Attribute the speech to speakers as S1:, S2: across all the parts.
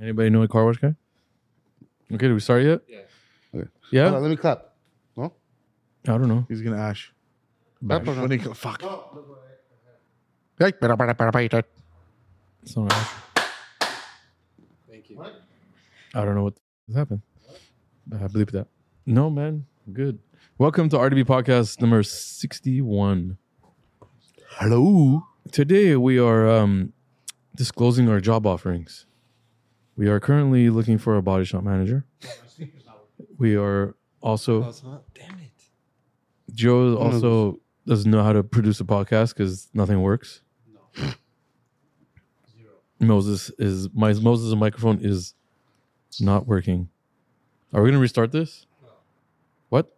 S1: Anybody know a car wash guy? Okay, did we start yet? Yeah.
S2: Okay.
S1: Yeah?
S2: Hold on, let me clap.
S1: I don't know.
S3: He's gonna ash.
S2: Clap or
S3: When
S2: not?
S3: he go, fuck.
S2: Hey, bada, bada, bada, bada.
S1: It's not Ash. Thank you. I don't know what has happened. I believe that. No, man. Good. Welcome to RDB podcast number 61.
S3: Hello.
S1: Today we are um, disclosing our job offerings. We are currently looking for a body shop manager. We are also
S4: Oh, it's not. Damn it.
S1: Joe also doesn't know how to produce a podcast because nothing works. Moses is my Moses' microphone is not working. Are we gonna restart this? What?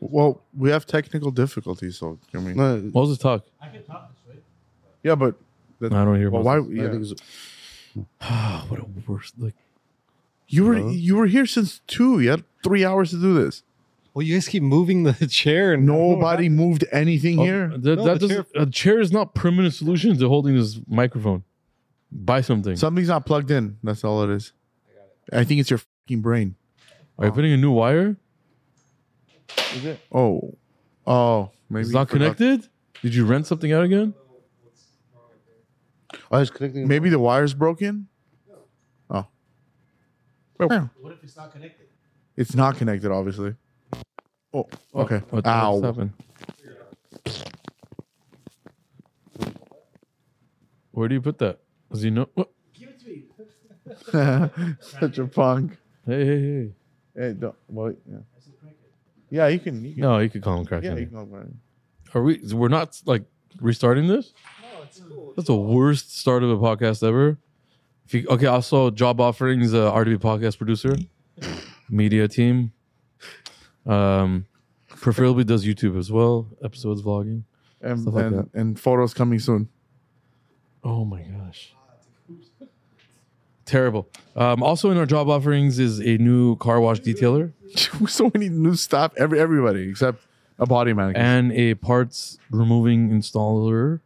S3: Well, we have technical difficulties, so can we?
S2: No,
S1: Moses talk.
S3: Yeah, but
S1: I don't hear
S3: well, why?
S1: Moses. Oh,
S2: I
S3: Yeah.
S2: think it's-
S1: what a worst like
S3: You were
S2: Hello?
S3: you were here since two. You had three hours to do this.
S4: Well, you guys keep moving the chair and
S5: Oh,
S3: Nobody moved anything here.
S1: Oh, that,
S4: No,
S1: that
S4: the
S1: doesn't- a chair is not permanent solution to holding this microphone. Buy something.
S3: Something's not plugged in. That's all it is. I think it's your fucking brain.
S1: Are you putting a new wire?
S3: Oh, oh, maybe
S1: It's
S3: you
S1: not
S3: forgot.
S1: connected? Did you rent something out again?
S2: I was connecting.
S3: Oh, Maybe the wire's broken. Oh, Well,
S5: What if it's not connected?
S3: it's not connected, obviously. Oh,
S1: Oh,
S3: okay.
S1: What, what's
S3: Ow.
S1: happened? Where do you put that? Does he know? What?
S5: Give it to me.
S3: Such a punk.
S1: Hey, hey, hey.
S3: Hey, don't, well, yeah.
S5: I said crank it.
S3: yeah, you can. You can
S1: No, you could call him crack.
S3: yeah,
S1: Henry.
S3: you can go
S1: Are we? We're not like restarting this.
S5: No, it's cool.
S1: That's the worst start of a podcast ever. If you, okay, also job offerings, uh, RDB podcast producer, media team, um, preferably does YouTube as well, episodes vlogging.
S3: and
S1: Stuff like
S3: and, and photos coming soon.
S1: Oh my gosh. Terrible. Um, also in our job offerings is a new car wash detailer
S3: so many new stuff. Every everybody except a body mannequin.
S1: and a parts removing installer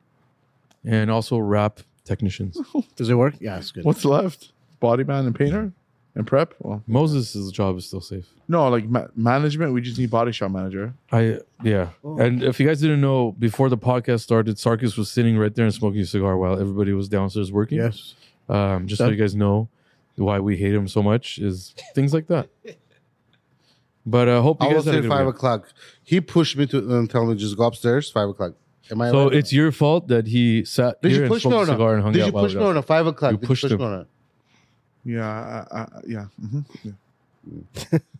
S1: and also wrap technicians.
S5: Does it work? Yeah, it's good.
S3: What's left? Body man and painter and prep. Well,
S1: Moses' job is still safe.
S3: no, like ma- management. We just need body shop manager.
S1: I yeah.
S2: Oh.
S1: And if you guys didn't know, before the podcast started, Sarkis was sitting right there and smoking a cigar while everybody was downstairs working.
S5: Yes.
S1: Um, just so you guys know why we hate him so much is things like that. But I hope you
S2: I
S1: guys
S2: was
S1: had a
S2: at
S1: good
S2: five
S1: week.
S2: o'clock. He pushed me to and tell me just go upstairs. Five o'clock. Am I?
S1: So
S2: right?
S1: it's your fault that he sat
S2: Did
S1: here
S2: you
S1: and
S2: push me
S1: smoked a
S2: or not?
S1: cigar and hung
S2: Did
S1: out
S2: you
S1: while
S2: push
S1: we
S2: me or
S1: got-
S2: not? Five o'clock.
S1: You
S2: Did you
S1: pushed
S2: push
S1: him.
S2: me or not?
S3: Yeah, I, I, I- yeah. mhm, yeah.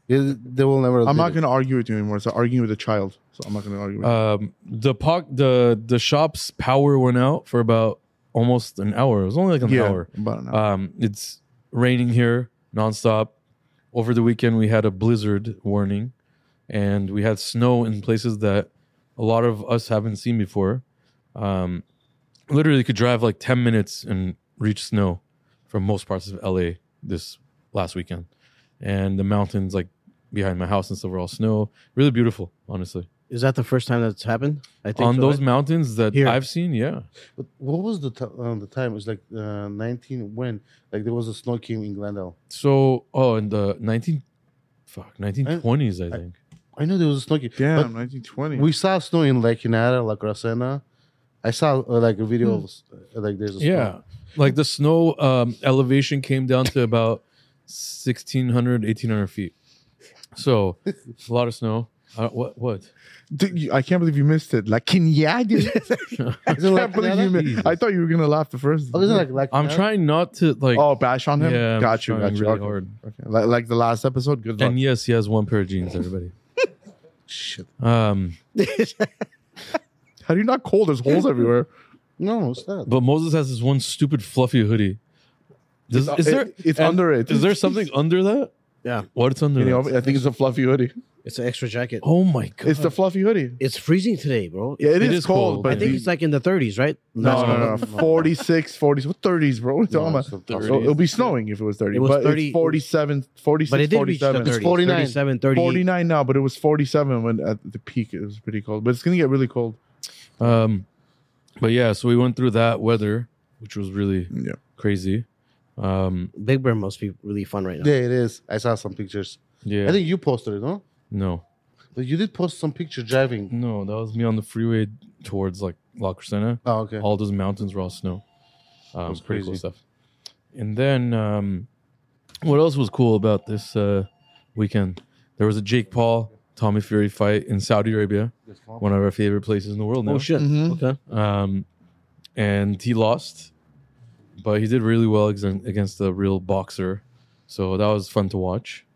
S2: Yeah, They will never.
S3: I'm
S2: admit
S3: not
S2: it.
S3: going to argue with you anymore. It's like arguing with a child, so I'm not going to argue. With you.
S1: Um, the po- the the shop's power went out for about almost an hour. It was only like an
S3: yeah,
S1: hour.
S3: About an hour.
S1: Um, it's raining here nonstop. Over the weekend, we had a blizzard warning, and we had snow in places that a lot of us haven't seen before. Um, literally, you could drive like ten minutes and reach snow from most parts of LA this last weekend, and the mountains like behind my house and stuff were all snow. Really beautiful, honestly.
S5: Is that the first time that's happened? I think
S1: On
S5: so,
S1: those
S5: right?
S1: mountains that
S5: Here.
S1: I've seen, yeah.
S2: But what was the t- uh, the time? It was like uh, 19 when like there was a snow came in Glendale.
S1: So, oh, in the nineteen, fuck, nineteen twenties, I think.
S2: I know there was a snow came.
S3: Damn,
S2: but
S3: 1920.
S2: We saw snow in La Quinada, La Cracena. I saw uh, like a video of uh, like there's a snow.
S1: Yeah. Like the snow um, elevation came down to about 1,600, 1,800 feet. So a lot of snow. Uh, what? What?
S3: Dude, you- I can't believe you missed it. Like, can yeah, dude? I
S2: Is it La
S3: can't believe you
S2: Quinada?
S3: missed. I thought you were gonna laugh the first.
S2: Oh, is it like La
S1: I'm
S2: Quinada?
S1: trying not to like.
S3: oh, bash on him.
S1: yeah, I'm
S3: got you,
S1: trying
S3: got you.
S1: Really
S3: okay.
S1: hard.
S3: okay. Like, like the last episode. Good luck.
S1: And yes, he has one pair of jeans. Everybody.
S2: Shit.
S1: Um,
S3: How do you not cold? There's holes everywhere.
S2: No, it's not.
S1: but Moses has this one stupid fluffy hoodie. Does, is there?
S3: It- it's
S1: and
S3: under it.
S1: Is there something under that?
S5: Yeah.
S1: What's under?
S3: You know,
S1: that?
S3: I think it's a fluffy hoodie.
S5: It's an extra jacket.
S1: Oh my god!
S3: It's the fluffy hoodie.
S5: It's freezing today, bro.
S3: Yeah,
S1: It
S3: it is,
S1: is
S3: cold,
S1: cold.
S3: but
S5: I think
S3: the-
S5: it's like in the 30s, right?
S3: no,
S5: Last
S3: no,
S5: month.
S3: no, no, 46, 40s, what 30s, bro? What are you
S2: No,
S3: talking
S2: it's
S3: about?
S2: not
S1: the-
S2: possible.
S3: So it'll be snowing if it was 30.
S5: It was
S3: but
S5: 30
S3: It's 47, 46,
S5: But it did reach the
S3: 47.
S5: 30s.
S3: It's
S2: 49.
S5: 37, 38.
S3: 49 now, but it was 47 when at the peak it was pretty cold. But it's gonna get really cold.
S1: Um, but yeah, so we went through that weather, which was really
S3: Yeah.
S1: crazy. Um,
S5: Big Bear must be really fun right now.
S2: Yeah, it is. I saw some pictures.
S1: yeah.
S2: I think you posted it, no?
S1: no,
S2: But you did post some picture driving.
S1: no, that was me on the freeway towards like La Crescenta.
S2: Oh, okay.
S1: all those mountains were all snow. Uh, it was
S2: That's
S1: pretty cool
S2: crazy.
S1: stuff. And then, um, what else was cool about this uh, weekend? There was a Jake Paul Tommy Fury fight in Saudi Arabia, one of our favorite places in the world now.
S5: Oh shit.
S3: Mhm.
S5: Okay.
S1: Um, and he lost, but he did really well ex- against a real boxer. So that was fun to watch.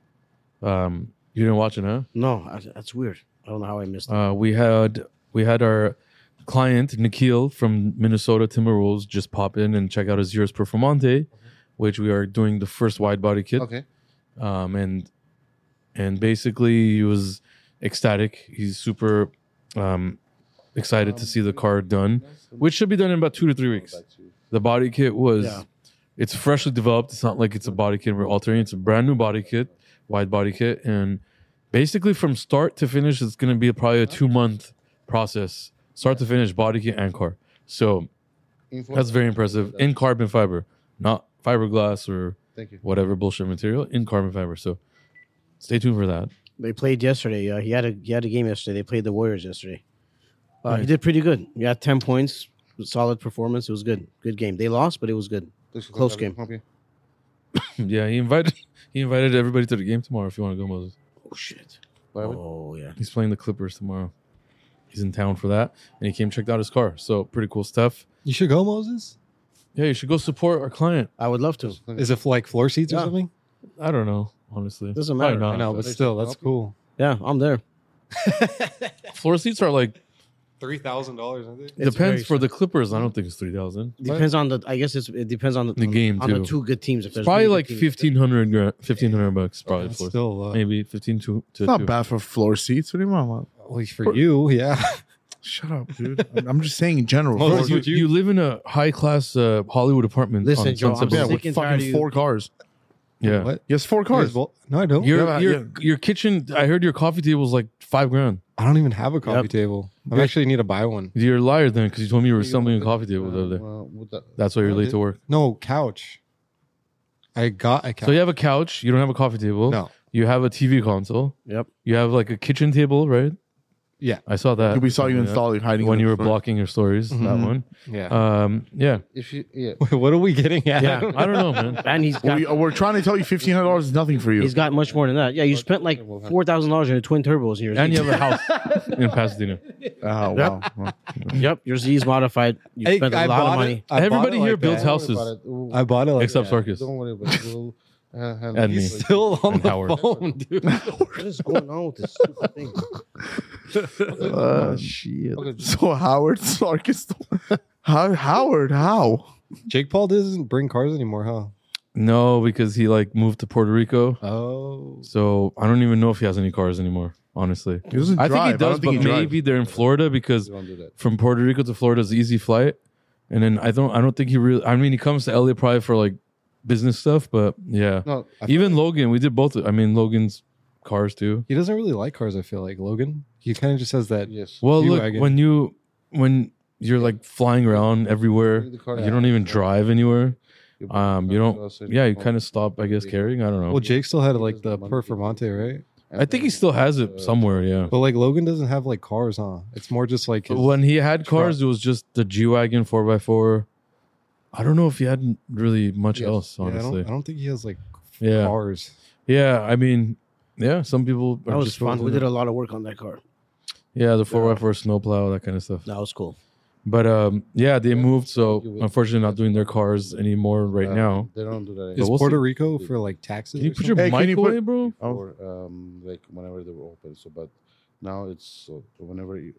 S1: Um, you didn't watch it, huh?
S5: No, I- that's weird. I don't know how I missed. it.
S1: Uh, we had we had our client Nikhil from Minnesota Timberwolves just pop in and check out his Euros Performante, which we are doing the first wide body kit.
S2: Okay.
S1: Um, and and basically he was ecstatic. He's super um, excited to see the card done, which should be done in about two to three weeks. The body kit was
S5: Yeah.
S1: it's freshly developed. It's not like it's a body kit we're altering. It's a brand new body kit, wide body kit, and basically from start to finish, it's going to be probably a two month process, start to finish, body kit and car. So that's very impressive in carbon fiber, not fiberglass or
S2: Thank you.
S1: whatever bullshit material in carbon fiber. So stay tuned for that.
S5: They played yesterday. Uh, he had a he had a game yesterday. They played the Warriors yesterday. Uh, He did pretty good. He had ten points. Solid performance. It was good. Good game. They lost, but it was good.
S2: Thanks for
S5: Close
S2: coming.
S5: game.
S2: Okay.
S1: Yeah, he invited he invited everybody to the game tomorrow. If you want to go, Moses,
S5: Oh shit.
S2: Why would-
S5: Oh yeah.
S1: he's playing the Clippers tomorrow. He's in town for that, and he came checked out his car. So pretty cool stuff.
S4: You should go, Moses.
S1: Yeah, you should go support our client.
S5: I would love to.
S4: Is it for like floor seats or
S5: Yeah.
S4: something?
S1: I don't know, honestly.
S5: Doesn't
S1: Probably
S5: matter.
S1: not.
S4: I know, but
S2: They should
S4: still, that's
S2: help you.
S4: cool.
S5: Yeah, I'm there.
S1: Floor seats are like
S4: Three thousand dollars, I think.
S5: It's very
S1: depends for the Clippers. I don't think it's three thousand.
S5: Depends on the. I guess it's, it depends on the,
S1: The
S5: on-
S1: game,
S5: on
S1: too.
S5: the two good teams. If there's
S1: Probably
S5: really
S1: like
S5: good teams.
S1: fifteen hundred, fifteen hundred bucks. Probably
S4: That's
S1: floor,
S4: still, uh,
S1: maybe fifteen to, to
S3: It's not
S1: two.
S3: bad for floor seats. What do you want? man?
S4: at least for you, yeah.
S3: Shut up, dude. I'm- I'm just saying in general.
S1: Bro,
S4: Well,
S3: Floor
S4: that's
S1: you,
S4: what you-
S1: you live in a high class uh, Hollywood apartment.
S5: Listen,
S1: on
S5: Joe, I'm
S1: Sunset
S3: Yeah,
S5: sick
S1: Boulevard.
S3: with
S5: and tired of
S3: fucking
S5: you.
S3: four cars.
S1: yeah.
S4: What?
S3: Yes, four
S4: You guys
S3: cars.
S4: vol- No, I don't.
S1: Your
S3: Yeah,
S1: your
S3: yeah.
S1: your kitchen. I heard your coffee table is like five grand.
S4: I don't even have a coffee
S5: Yep.
S4: table. I
S1: Yeah.
S4: actually need to buy one.
S1: You're a liar then, because you told me you were
S2: You
S1: assembling a
S2: look-
S1: coffee table the other
S5: uh,
S1: day.
S2: Well, would that-
S1: That's why you're
S2: I
S1: late
S2: did.
S1: to work.
S4: No couch. I got a couch.
S1: So you have a couch. You don't have a coffee table.
S4: no.
S1: You have a TV console.
S5: Yep.
S1: You have like a kitchen table, right?
S4: Yeah.
S1: I saw that.
S3: We saw you Mm-hmm.
S1: Yeah.
S3: installing hiding
S1: when
S3: in
S1: you
S3: the
S1: were
S3: front.
S1: blocking your stories. That
S4: Mhm.
S1: one.
S4: Yeah.
S1: Um, yeah.
S2: If you, yeah.
S4: what are we getting at?
S5: Yeah.
S1: I don't know, man.
S5: And he's
S3: Well,
S5: got
S3: we, we're trying to tell you fifteen hundred dollars is nothing for you.
S5: he's got much more than that. Yeah, you spent like four thousand dollars on your twin turbos and your
S1: And you have a house in Pasadena.
S3: oh wow. Well,
S5: Yep, your Z's modified. You
S4: Hey,
S5: spent a lot
S4: bought
S5: of
S4: it-
S5: money.
S4: I bought
S1: Everybody
S4: it like
S1: here builds
S4: that.
S1: house-
S2: Don't
S1: Houses.
S2: worry about it. We'll-
S4: I bought it like
S1: Except
S4: that.
S1: Sarkis.
S2: Don't worry about it. We'll, uh, handle
S1: And
S2: this
S1: me.
S2: later.
S4: Still on
S1: And
S4: the
S1: Howard.
S4: phone, dude.
S5: what is going on with this stupid thing?
S3: uh, shit.
S2: Okay.
S3: So Howard Sarkis. How Howard? How?
S4: Jake Paul doesn't bring cars anymore, huh?
S1: No, because he like moved to Puerto Rico.
S4: Oh,
S1: So I don't even know if he has any cars anymore, honestly.
S3: He doesn't
S1: I think he
S3: drive. I
S1: does,
S3: don't think
S1: but
S3: he drives.
S1: maybe they're in Florida because
S2: Don't do that.
S1: from Puerto Rico to Florida is an easy flight. And then I don't I don't think he really I mean he comes to LA probably for like business stuff, but yeah.
S2: No,
S1: Even Logan, we did both I mean Logan's cars too.
S4: he doesn't really like cars. I feel like Logan. He kind of just has that.
S2: yes.
S1: Well look
S4: G-Wagon.
S1: when you when you're like flying around everywhere,
S2: The car-
S1: you don't even drive anywhere.
S2: You-
S1: Um you don't
S2: also
S1: yeah, you kinda stop, I guess, carrying. I don't know.
S4: Oh. Well, Jake still had like
S2: He
S4: the
S2: doesn't want to be-
S4: Performante, right?
S1: I think he still has
S2: uh,
S1: it somewhere, yeah.
S4: But like Logan doesn't have like cars, huh? It's more just like his,
S1: When he had
S4: truck.
S1: cars, it was just the G wagon four x four. I don't know if he had really much
S2: Yes.
S1: else,
S4: Yeah, I, don't,
S1: honestly.
S4: I don't think he has like
S1: Yeah,
S4: cars.
S1: yeah. I mean, yeah. Some people
S5: That
S1: are
S5: was
S1: just
S5: fun. We
S1: focused
S5: did
S1: on-
S5: a lot of work on that car.
S1: yeah, the four x four snowplow, that kind of stuff.
S5: That was cool.
S1: But um, yeah, they moved, so
S2: You would-
S1: unfortunately, not doing their cars anymore right
S2: Uh,
S1: now.
S2: They don't do that.
S4: Is
S1: But we'll
S4: Puerto
S1: see.
S4: Rico for like taxes?
S1: Can you
S4: or
S1: put your
S4: something?
S3: Hey,
S1: mic
S3: can you put-
S1: away, bro?
S2: Or um, like whenever they were open. So, but now it's uh, whenever you.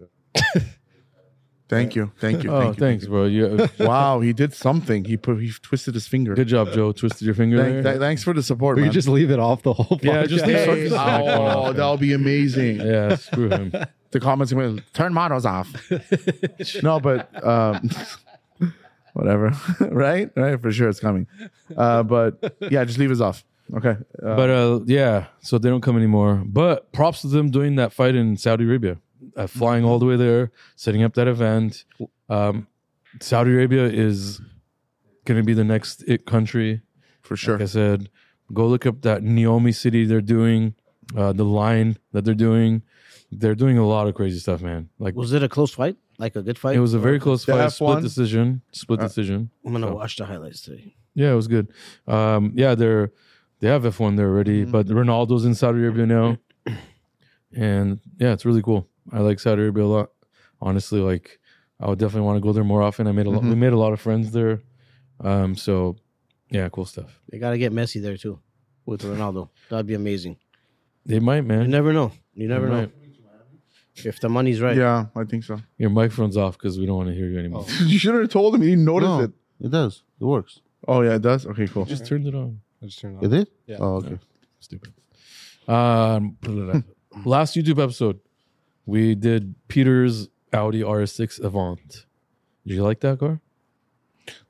S3: Thank you. Thank you.
S1: oh,
S3: thank you.
S1: thanks, bro. You, uh,
S3: Wow, he did something. He put he twisted his finger.
S1: good job, Joe. Twisted your finger
S3: Thank-
S1: there.
S3: th- thanks for the support,
S4: we
S3: man.
S4: could just leave it off the whole.
S1: Yeah, just
S4: podcast.
S1: leave
S3: Hey,
S1: Sarkis back on
S3: oh,
S1: off.
S3: that'll be amazing.
S1: yeah, screw him.
S3: the comments went, turn models off. no, but um, whatever. right? Right? For sure it's coming. Uh, but yeah, just leave us off. Okay. Uh,
S1: but uh, yeah, so they don't come anymore. But props to them doing that fight in Saudi Arabia, uh, flying all the way there, setting up that event. Um, Saudi Arabia is going to be the next it country
S3: for sure.
S1: Like I said, go look up that Naomi City they're doing, uh, the line that they're doing. They're doing a lot of crazy stuff, man. Like
S5: Was it a close fight? Like a good fight?
S1: it was a very close
S3: The
S1: fight,
S3: F1?
S1: split decision, split
S3: Uh,
S1: decision.
S5: I'm gonna watch the highlights today.
S1: Yeah, it was good. Um, yeah, they're they have F one there already,
S3: Mm-hmm.
S1: but Ronaldo's in Saudi Arabia now, and yeah, it's really cool. I like Saudi Arabia a lot. Honestly, like I would definitely want to go there more often. I made a
S3: Mm-hmm.
S1: lot. We made a lot of friends there, um, so yeah, cool stuff.
S5: They gotta get Messi there too, with Ronaldo. That'd be amazing.
S1: They might,
S5: You
S1: man.
S5: never know. You never know
S1: Right.
S5: if the money's right.
S3: Yeah, I think so.
S1: Your microphone's off because we don't want to hear you anymore.
S3: you should have told him. You didn't notice
S2: No,
S3: it.
S2: it does. It works.
S3: Oh yeah, it does. Okay, cool.
S1: Just turned it on.
S4: I just turned it
S2: It
S4: off.
S2: did?
S4: Yeah.
S2: Oh, okay.
S1: Stupid. Um, last YouTube episode, we did Peter's Audi RS6 Avant. Did you like that car?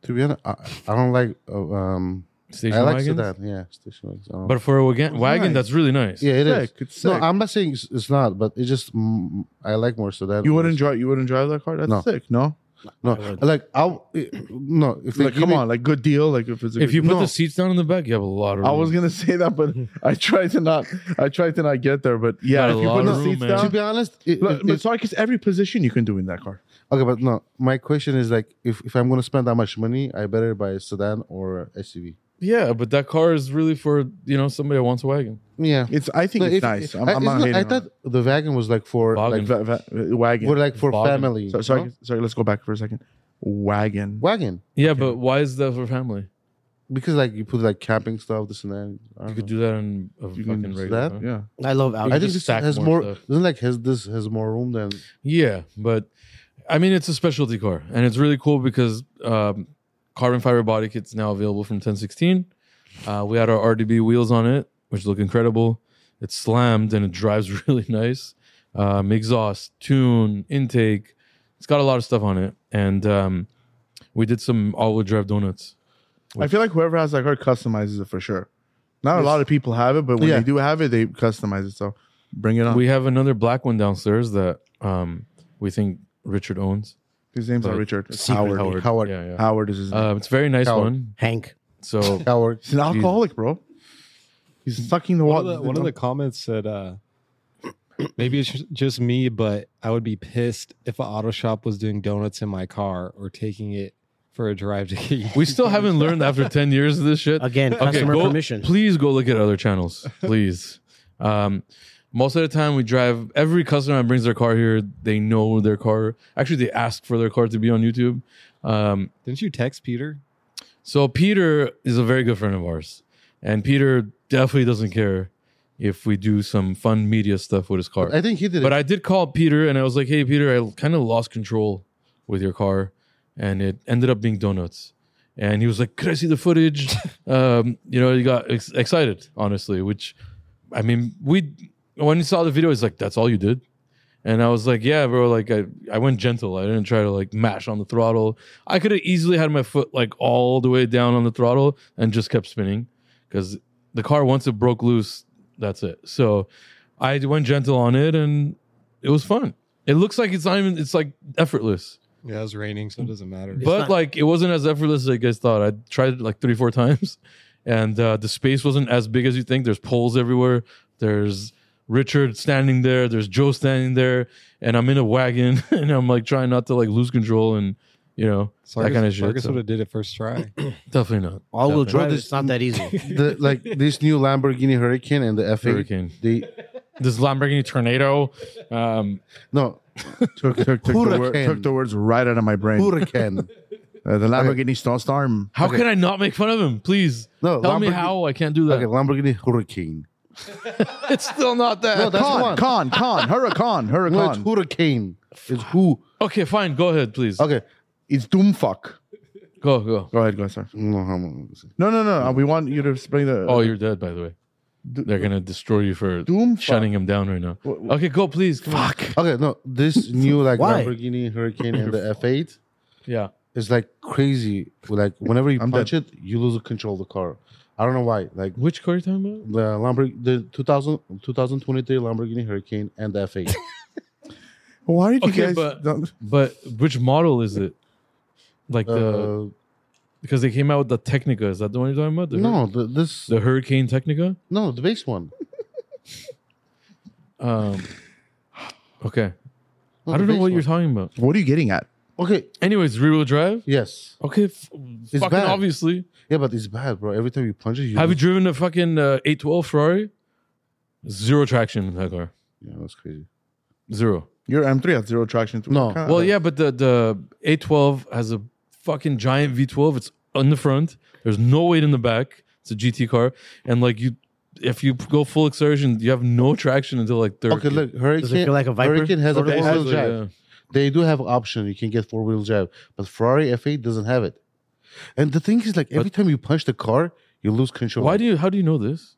S2: To be honest, I, I don't like. Uh, um,
S1: Station
S2: I like
S1: wagons?
S2: sedan. Yeah, station wagons. I don't-
S1: But for a wagon, wagon
S3: nice.
S1: that's really nice.
S2: yeah, it is.
S3: Sick, It's
S2: No,
S3: sick.
S2: I'm not saying it's, it's not, but it just mm, I like more sedan.
S3: you wouldn't drive. You wouldn't drive that car. That's
S2: No.
S3: sick. No,
S2: No,
S5: I would.
S2: like I'll it- no. If they
S3: like
S2: give
S3: come
S2: me-
S3: on, like good deal. Like if it's a
S1: If
S3: good-
S1: you put
S3: No.
S1: the seats down in the back, you have a lot of.
S3: I
S1: room.
S3: was gonna say that, but I tried to not. I tried to not get there. But
S1: Got
S3: yeah, if
S1: a
S3: you
S1: lot
S3: put the
S1: of room,
S3: seats
S1: man.
S3: down,
S2: To be honest, it,
S3: Look,
S2: it-
S3: but sorry, 'cause every position you can do in that car.
S2: okay, but no. My question is like, if, if I'm gonna spend that much money, I better buy a sedan or a SUV.
S1: Yeah, but that car is really for you know somebody that wants a wagon.
S2: Yeah,
S3: It's. I think
S2: No,
S3: it's
S2: if-
S3: nice. I'm,
S2: I,
S3: I'm
S2: it's
S3: not
S2: not-
S3: hating.
S2: I
S3: on
S2: thought the wagon was like for
S3: it.
S1: Wagon.
S2: like
S3: Va- va- wagon.
S2: for like for
S1: Wagon.
S2: family.
S3: So- sorry,
S2: no?
S3: sorry. Let's go back for a second. Wagon.
S2: wagon
S1: Yeah, but why is that for family?
S2: because like you put like camping stuff, this and that. I don't
S1: You could
S2: know.
S1: do that in a
S3: Uh-huh. You can
S1: fucking
S3: do
S1: regular.
S2: that,
S1: car.
S3: Yeah.
S5: I love Audi.
S2: I
S1: could
S2: think
S1: just
S2: this
S1: stack
S2: has
S1: more
S2: more.
S1: stuff.
S2: doesn't like has this has more room than
S1: Yeah, but I mean it's a specialty car, and it's really cool because um, carbon fiber body kit's now available from 1016. Uh, we had our RDB wheels on it, which look incredible. It's slammed and it drives really nice. Um, exhaust, tune, intake. It's got a lot of stuff on it, and um, we did some all-wheel drive donuts.
S3: I feel like whoever has that car customizes it for sure. Not a lot of people have it, but when
S2: Yeah.
S3: they do have it, they customize it. So bring it on.
S1: We have another black one downstairs that um, we think Richard owns.
S3: his name's not
S1: but
S3: Richard. It's
S5: Secret
S3: Howard.
S2: Howard. Howard.
S3: Howard.
S1: Yeah, yeah.
S3: is his name.
S1: Uh, it's a very nice
S2: Howard.
S1: one.
S5: Hank.
S1: So
S2: Howard.
S3: He's an alcoholic, bro. He's sucking the
S4: One
S3: water.
S4: of the, one of the comments said, uh, maybe it's ju- just me, but I would be pissed if an auto shop was doing donuts in my car or taking it for a drive to get
S1: we still haven't learned after 10 years of this shit.
S5: Again, customer
S1: go-
S5: permission.
S1: Please go look at other channels, please. um, most of the time, we drive. Every customer that brings their car here, they know their car. Actually, they ask for their car to be on YouTube. Um,
S4: Didn't you text Peter?
S1: so Peter is a very good friend of ours, and Peter definitely doesn't care if we do some fun media stuff with his car.
S2: I think he did.
S1: But
S2: it.
S1: I did call Peter and I was like, hey, Peter, I kind of lost control with your car and it ended up being donuts. And he was like, could I see the footage? um, you know, he got ex- excited, honestly, which I mean, we, when he saw the video, he's like, that's all you did. And I was like, yeah, bro, like I, I went gentle. I didn't try to like mash on the throttle. I could have easily had my foot like all the way down on the throttle and just kept spinning because the car, once it broke loose, that's it. So I went gentle on it and it was fun. It looks like it's not even, it's like effortless.
S4: Yeah, it was raining, so it doesn't matter.
S1: but
S5: not-
S1: like it wasn't as effortless as I guys thought. I tried it like three, four times and uh, the space wasn't as big as you think. There's poles everywhere. There's Richard standing there. There's Joe standing there. And I'm in a wagon and I'm like trying not to like lose control and, you know, that kind of shit.
S4: Sargus
S1: So
S4: would have did it first try.
S1: definitely not.
S5: All wheel
S1: Definitely.
S5: drive.
S2: Well, this-
S5: It's not that easy.
S2: the, like this new Lamborghini Hurricane and the F8.
S1: Hurricane.
S2: They
S1: This Lamborghini tornado. Um,
S2: no
S3: took, took, took, the word,
S2: Hurricane.
S3: took the words right out of my brain.
S2: Hurricane.
S3: Uh, the Lamborghini Star Storm.
S1: how can I not make fun of him? Please
S2: No,
S1: tell me
S2: Lamborghini-
S1: how I can't do that.
S2: okay, Lamborghini Hurricane.
S1: It's still not that.
S2: No, that's
S3: Con,
S2: one.
S3: con, con, hurricane,
S2: No, it's
S3: hurricane.
S2: Hurricane. It's who?
S1: Okay, fine. Go ahead, please.
S2: Okay.
S3: It's doomfuck.
S1: Go, go.
S3: Go ahead, go ahead, sir.
S2: No, how am I gonna say?
S3: No, no, no. uh, We want you to bring the.
S1: Oh, you're dead, by the way. They're gonna destroy you for
S3: Doom
S1: shutting him down right now.
S3: Wh- wh-
S1: Okay, go, please. Come on.
S2: Okay, no, this new like
S5: Why?
S2: Lamborghini Hurricane and the F8
S1: Yeah.
S2: is like crazy. Like whenever you
S3: I'm
S2: punch it, you lose control of the car. I don't know why. Like
S1: Which car are you talking about?
S2: the Lamborghini, the 2000, 2023 Lamborghini Hurricane and the F8.
S3: Why did you
S1: Okay,
S3: guys?
S1: but-
S3: don't-
S1: But which model is it? Like the
S2: uh,
S1: because they came out with the Technica. Is that the one you're talking about? The hur-
S2: No, the, this
S1: the Hurricane Technica.
S2: no the base one.
S1: Um, okay, I
S2: No, Oh, the
S1: don't know
S2: base
S1: what you're
S2: one.
S1: talking about.
S3: What are you getting at?
S2: Okay,
S1: Anyways, rear wheel drive.
S2: yes,
S1: Okay, f- fucking
S2: bad.
S1: obviously.
S2: yeah, but it's bad, bro. Every time you punch it, you
S1: Have you
S2: lose-
S1: driven a fucking uh, 812 Ferrari? Zero traction in that car.
S2: yeah, that's crazy.
S1: Zero.
S3: Your M3 had zero traction. through
S2: No.
S3: the car.
S1: Well, yeah, but the the A12 has a fucking giant V12. It's on the front. There's no weight in the back. It's a GT car, and like you, if you go full exertion, you have no traction until like third.
S2: Okay, look, Hurricane.
S5: feel like a Viper?
S2: Hurricane has a
S1: Basically,
S2: four wheel drive.
S1: yeah.
S2: They do have option. You can get four wheel drive, but Ferrari F8 doesn't have it. And the thing is, like every time you punch the car, you lose control.
S1: Why do you? How do you know this?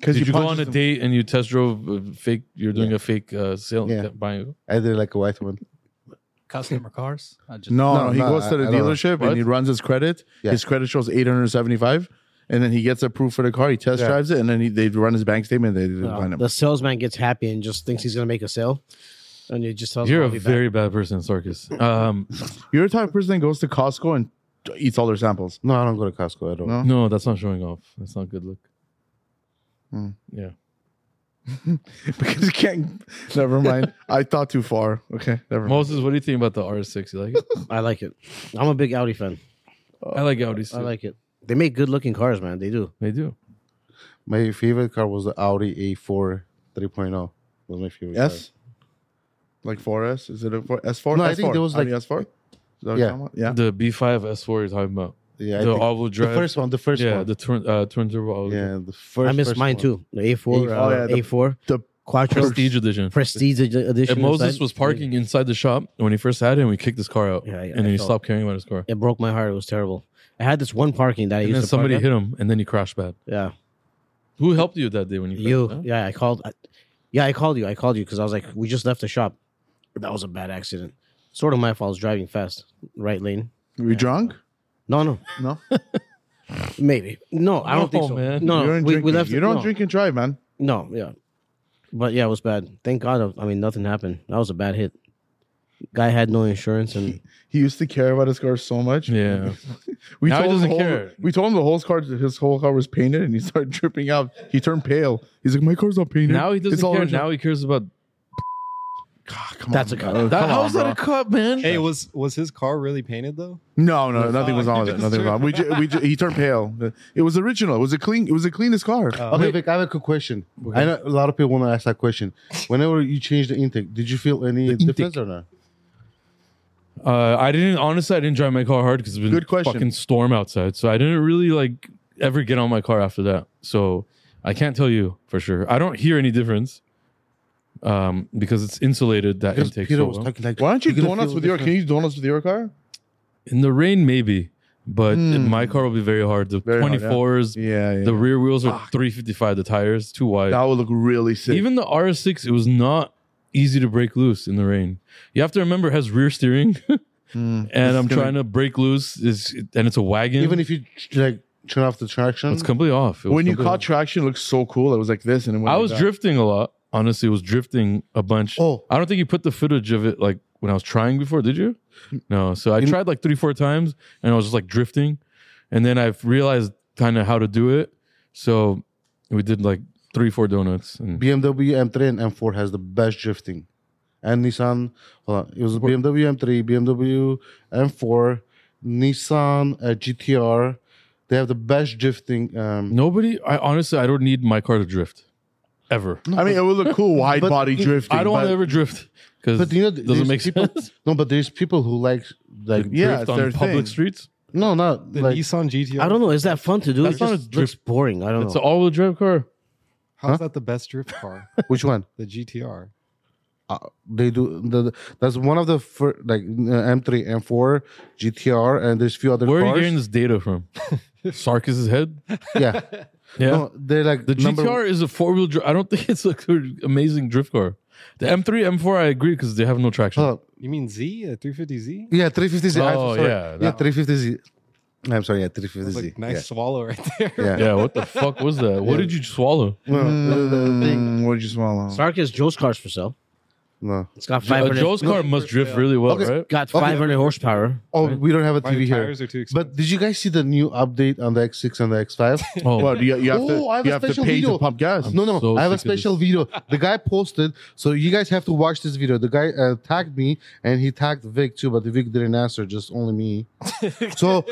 S3: 'Cause
S1: Did you, go
S3: punched
S1: on a
S3: them.
S1: date and you test drove a fake? You're doing a fake uh, sale.
S2: Yeah.
S1: Buying.
S2: I did like a white one?
S6: Customer cars. I just,
S3: No,
S2: No,
S3: he
S2: no,
S3: goes to the
S2: I- I don't know.
S3: dealership
S1: What?
S3: and he runs his credit.
S2: Yeah.
S3: His credit shows 875 and then he gets approved for the car. He test
S2: Yeah.
S3: drives it and then he, they run his bank statement. They
S5: No,
S3: decline him.
S5: the salesman gets happy and just thinks he's gonna make a sale, and he just tells him,
S1: You're
S5: "I'll
S1: a
S5: be back."
S1: very bad person, Sarkis. Um,
S3: You're the type of person that goes to Costco and eats all their samples.
S2: No, I don't go to Costco at all.
S3: No?
S1: no, that's not showing off. That's not good look.
S3: because you can't. Never mind. I thought too far. Okay, never mind.
S1: Moses, what do you think about the R6? You like it?
S5: I like it. I'm a big Audi fan.
S1: I like Audis. Too.
S5: I like it. They make good looking cars, man. They do.
S1: They do.
S2: My favorite car was the Audi A4 3.0. oh. Was my favorite.
S3: S? Like 4S? Is it a 4? S4?
S2: No, I
S3: S4.
S2: think there was
S3: Audi
S2: like-
S3: S4? Is that what
S2: Yeah.
S3: you're talking about? Yeah.
S1: The B5 S4 you're talking about.
S2: Car. Yeah, I
S1: the
S2: think-
S1: all-wheel
S2: the
S1: drive.
S2: first one. The first
S1: yeah,
S2: one.
S1: the twin, uh, twin turbo all-wheel drive.
S2: yeah, the first.
S5: I miss
S2: first
S5: mine
S2: one.
S5: too. The A4,
S2: A4.
S5: uh,
S3: Oh, yeah, the-
S5: A4,
S3: the
S5: Quattro
S1: prestige edition.
S5: Prestige ed- edition.
S1: And Moses
S5: inside.
S1: was parking inside the shop when he first had it, and we kicked his car out.
S5: Yeah, yeah,
S1: and then
S5: I
S1: he
S5: felt-
S1: stopped caring about his car.
S5: It broke my heart. It was terrible. I had this one parking that I
S1: And
S5: used
S1: then
S5: to
S1: somebody
S5: park
S1: hit him, and then he crashed bad.
S5: at. Yeah,
S1: Who helped you that day when you?
S5: you.
S1: crashed, huh?
S5: Yeah, I called. I, yeah, I called you. I called you because I was like, we just left the shop. That was a bad accident. Sort of my fault. I was driving fast, right lane.
S3: Were you drunk?
S5: No, no,
S3: No.
S5: maybe. No, I don't think
S1: No,
S5: so.
S1: man.
S5: No, no,
S3: you don't,
S5: we,
S3: drink,
S5: we
S3: and-
S5: left.
S3: you
S5: it-
S3: don't
S5: no.
S3: drink and drive, man.
S5: No, yeah. But yeah, it was bad. Thank God. I mean, nothing happened. That was a bad hit. Guy had no insurance, and
S3: He used to care about his car so much.
S1: Yeah.
S3: We
S1: Now he
S3: told him
S1: doesn't
S3: the whole,
S1: care.
S3: We told him the whole car, his whole car was painted, and he started dripping out. He turned pale. He's like, "My car's not painted."
S1: Now he doesn't
S3: It's all
S1: care.
S3: original."
S1: Now he cares about
S3: God, come
S5: That's
S3: on,
S5: a cut.
S3: bro.
S1: that.
S3: Come
S1: How's
S3: on,
S1: that
S3: bro.
S1: a cut, man?
S4: Hey, was was his car really painted though?
S3: No, no, nothing was
S4: Oh,
S3: wrong with
S4: he
S3: it. Nothing was
S4: just
S3: wrong. We, ju- we ju- he turned pale. It was original. It was a clean. It was the cleanest car.
S1: Uh,
S2: Okay, Vic, I have a quick question. I know a lot of people want to ask that question. Whenever you change the intake, did you feel any difference or not?
S1: Uh, I didn't. Honestly, I didn't drive my car hard because it's been
S3: Good question.
S1: fucking storm outside. So I didn't really like ever get on my car after that. So I can't tell you for sure. I don't hear any difference um, because it's insulated. That
S2: Because
S1: intake.
S2: Peter
S1: so
S2: was
S1: well.
S2: talking like,
S3: Why don't you
S2: "You're gonna
S3: donuts
S2: feel
S3: with your? Can
S2: different."
S3: you donuts with your car?
S1: In the rain, maybe, but
S3: Hmm.
S1: my car will be very hard. The
S3: Very hard,
S1: twenty
S3: yeah.
S1: fours,
S3: Yeah, yeah.
S1: the rear wheels are three fifty five. The tires too wide.
S3: that would look really sick.
S1: Even the R six, it was not easy to break loose in the rain. You have to remember it has rear steering,
S3: Mm.
S1: and I'm
S3: It's gonna-
S1: trying to break loose. Is and it's a wagon.
S2: Even if you like turn off the traction,
S1: it's completely off. It was
S3: when you
S1: completely
S3: caught
S1: off.
S3: traction, it looked so cool. It was like this, and it went
S1: I
S3: like
S1: was
S3: that.
S1: drifting a lot. Honestly, was drifting a bunch.
S2: Oh.
S1: I don't think you put the footage of it like when I was trying before, did you? No. So I tried like three, four times and I was just like drifting. And then I've realized kind of how to do it. So we did like three, four donuts. And
S2: BMW M3 and M4 has the best drifting, and Nissan. Hold on, it was BMW M3, BMW M4, Nissan uh, GTR. They have the best drifting. Um,
S1: nobody, I honestly, I don't need my car to drift ever.
S3: I mean, it would look cool, wide
S2: But
S3: body
S2: it-
S3: drifting.
S1: I don't want
S3: but-
S1: to ever drift because
S2: but you know,
S1: it
S2: there's
S1: doesn't make
S2: people,
S1: sense.
S2: No, but there's people who like like
S3: Yeah,
S1: drift
S3: it's
S1: on
S3: their
S1: public
S3: thing.
S1: streets.
S2: no, not
S4: The
S2: like
S4: Nissan GTR.
S5: I don't know. Is that fun to do?
S1: That's
S5: it
S1: not
S5: just
S1: a
S5: looks boring. I
S2: Oh.
S5: don't
S1: It's
S5: know.
S1: an all wheel drive car.
S4: How's that the best drift car?
S2: which one
S4: the GTR.
S2: uh, they do. The, the- that's one of the fir- like uh, M3, M4, GTR, and there's few other.
S1: Where are you
S2: cars.
S1: getting this data from? Sarkis's head?
S2: Yeah,
S1: Yeah.
S2: No, they're like
S1: The
S2: number-
S1: GTR is a four wheel drive. I don't think it's like an amazing drift car. The M3, M4, I agree because they have no traction.
S2: Hold on.
S4: You mean Z? A 350Z?
S2: Yeah, 350Z. I'm
S1: Oh,
S2: sorry.
S1: yeah,
S2: yeah,
S1: that
S2: 350Z. I'm sorry, yeah,
S4: That's
S2: 350Z.
S4: like nice
S2: yeah.
S4: swallow right there.
S2: Yeah.
S1: Yeah, what the fuck was that? What did you swallow?
S2: No, the- the- the thing-
S3: Mm, What'd you swallow?
S5: Sarkis Joe's cars for sale.
S2: No.
S5: It's got
S1: Uh,
S5: 500.
S1: Joe's car must drift really well,
S2: Okay.
S1: right?
S5: got
S2: Okay.
S5: 500 horsepower.
S2: Oh, we don't have a
S4: My
S2: TV here.
S4: tires are too expensive.
S2: But did you guys see the new update on the X6 and the X5?
S1: Oh,
S3: What you, you have
S2: Oh, I have
S3: to you
S2: a
S3: have to
S2: special
S3: pay
S2: video.
S3: to pump gas.
S1: I'm
S2: no, no,
S1: so
S2: I have a
S1: sick of
S2: special video. The guy posted, so you guys have to watch this video. The guy uh, tagged me and he tagged Vic too, but Vic didn't answer, just only me. so,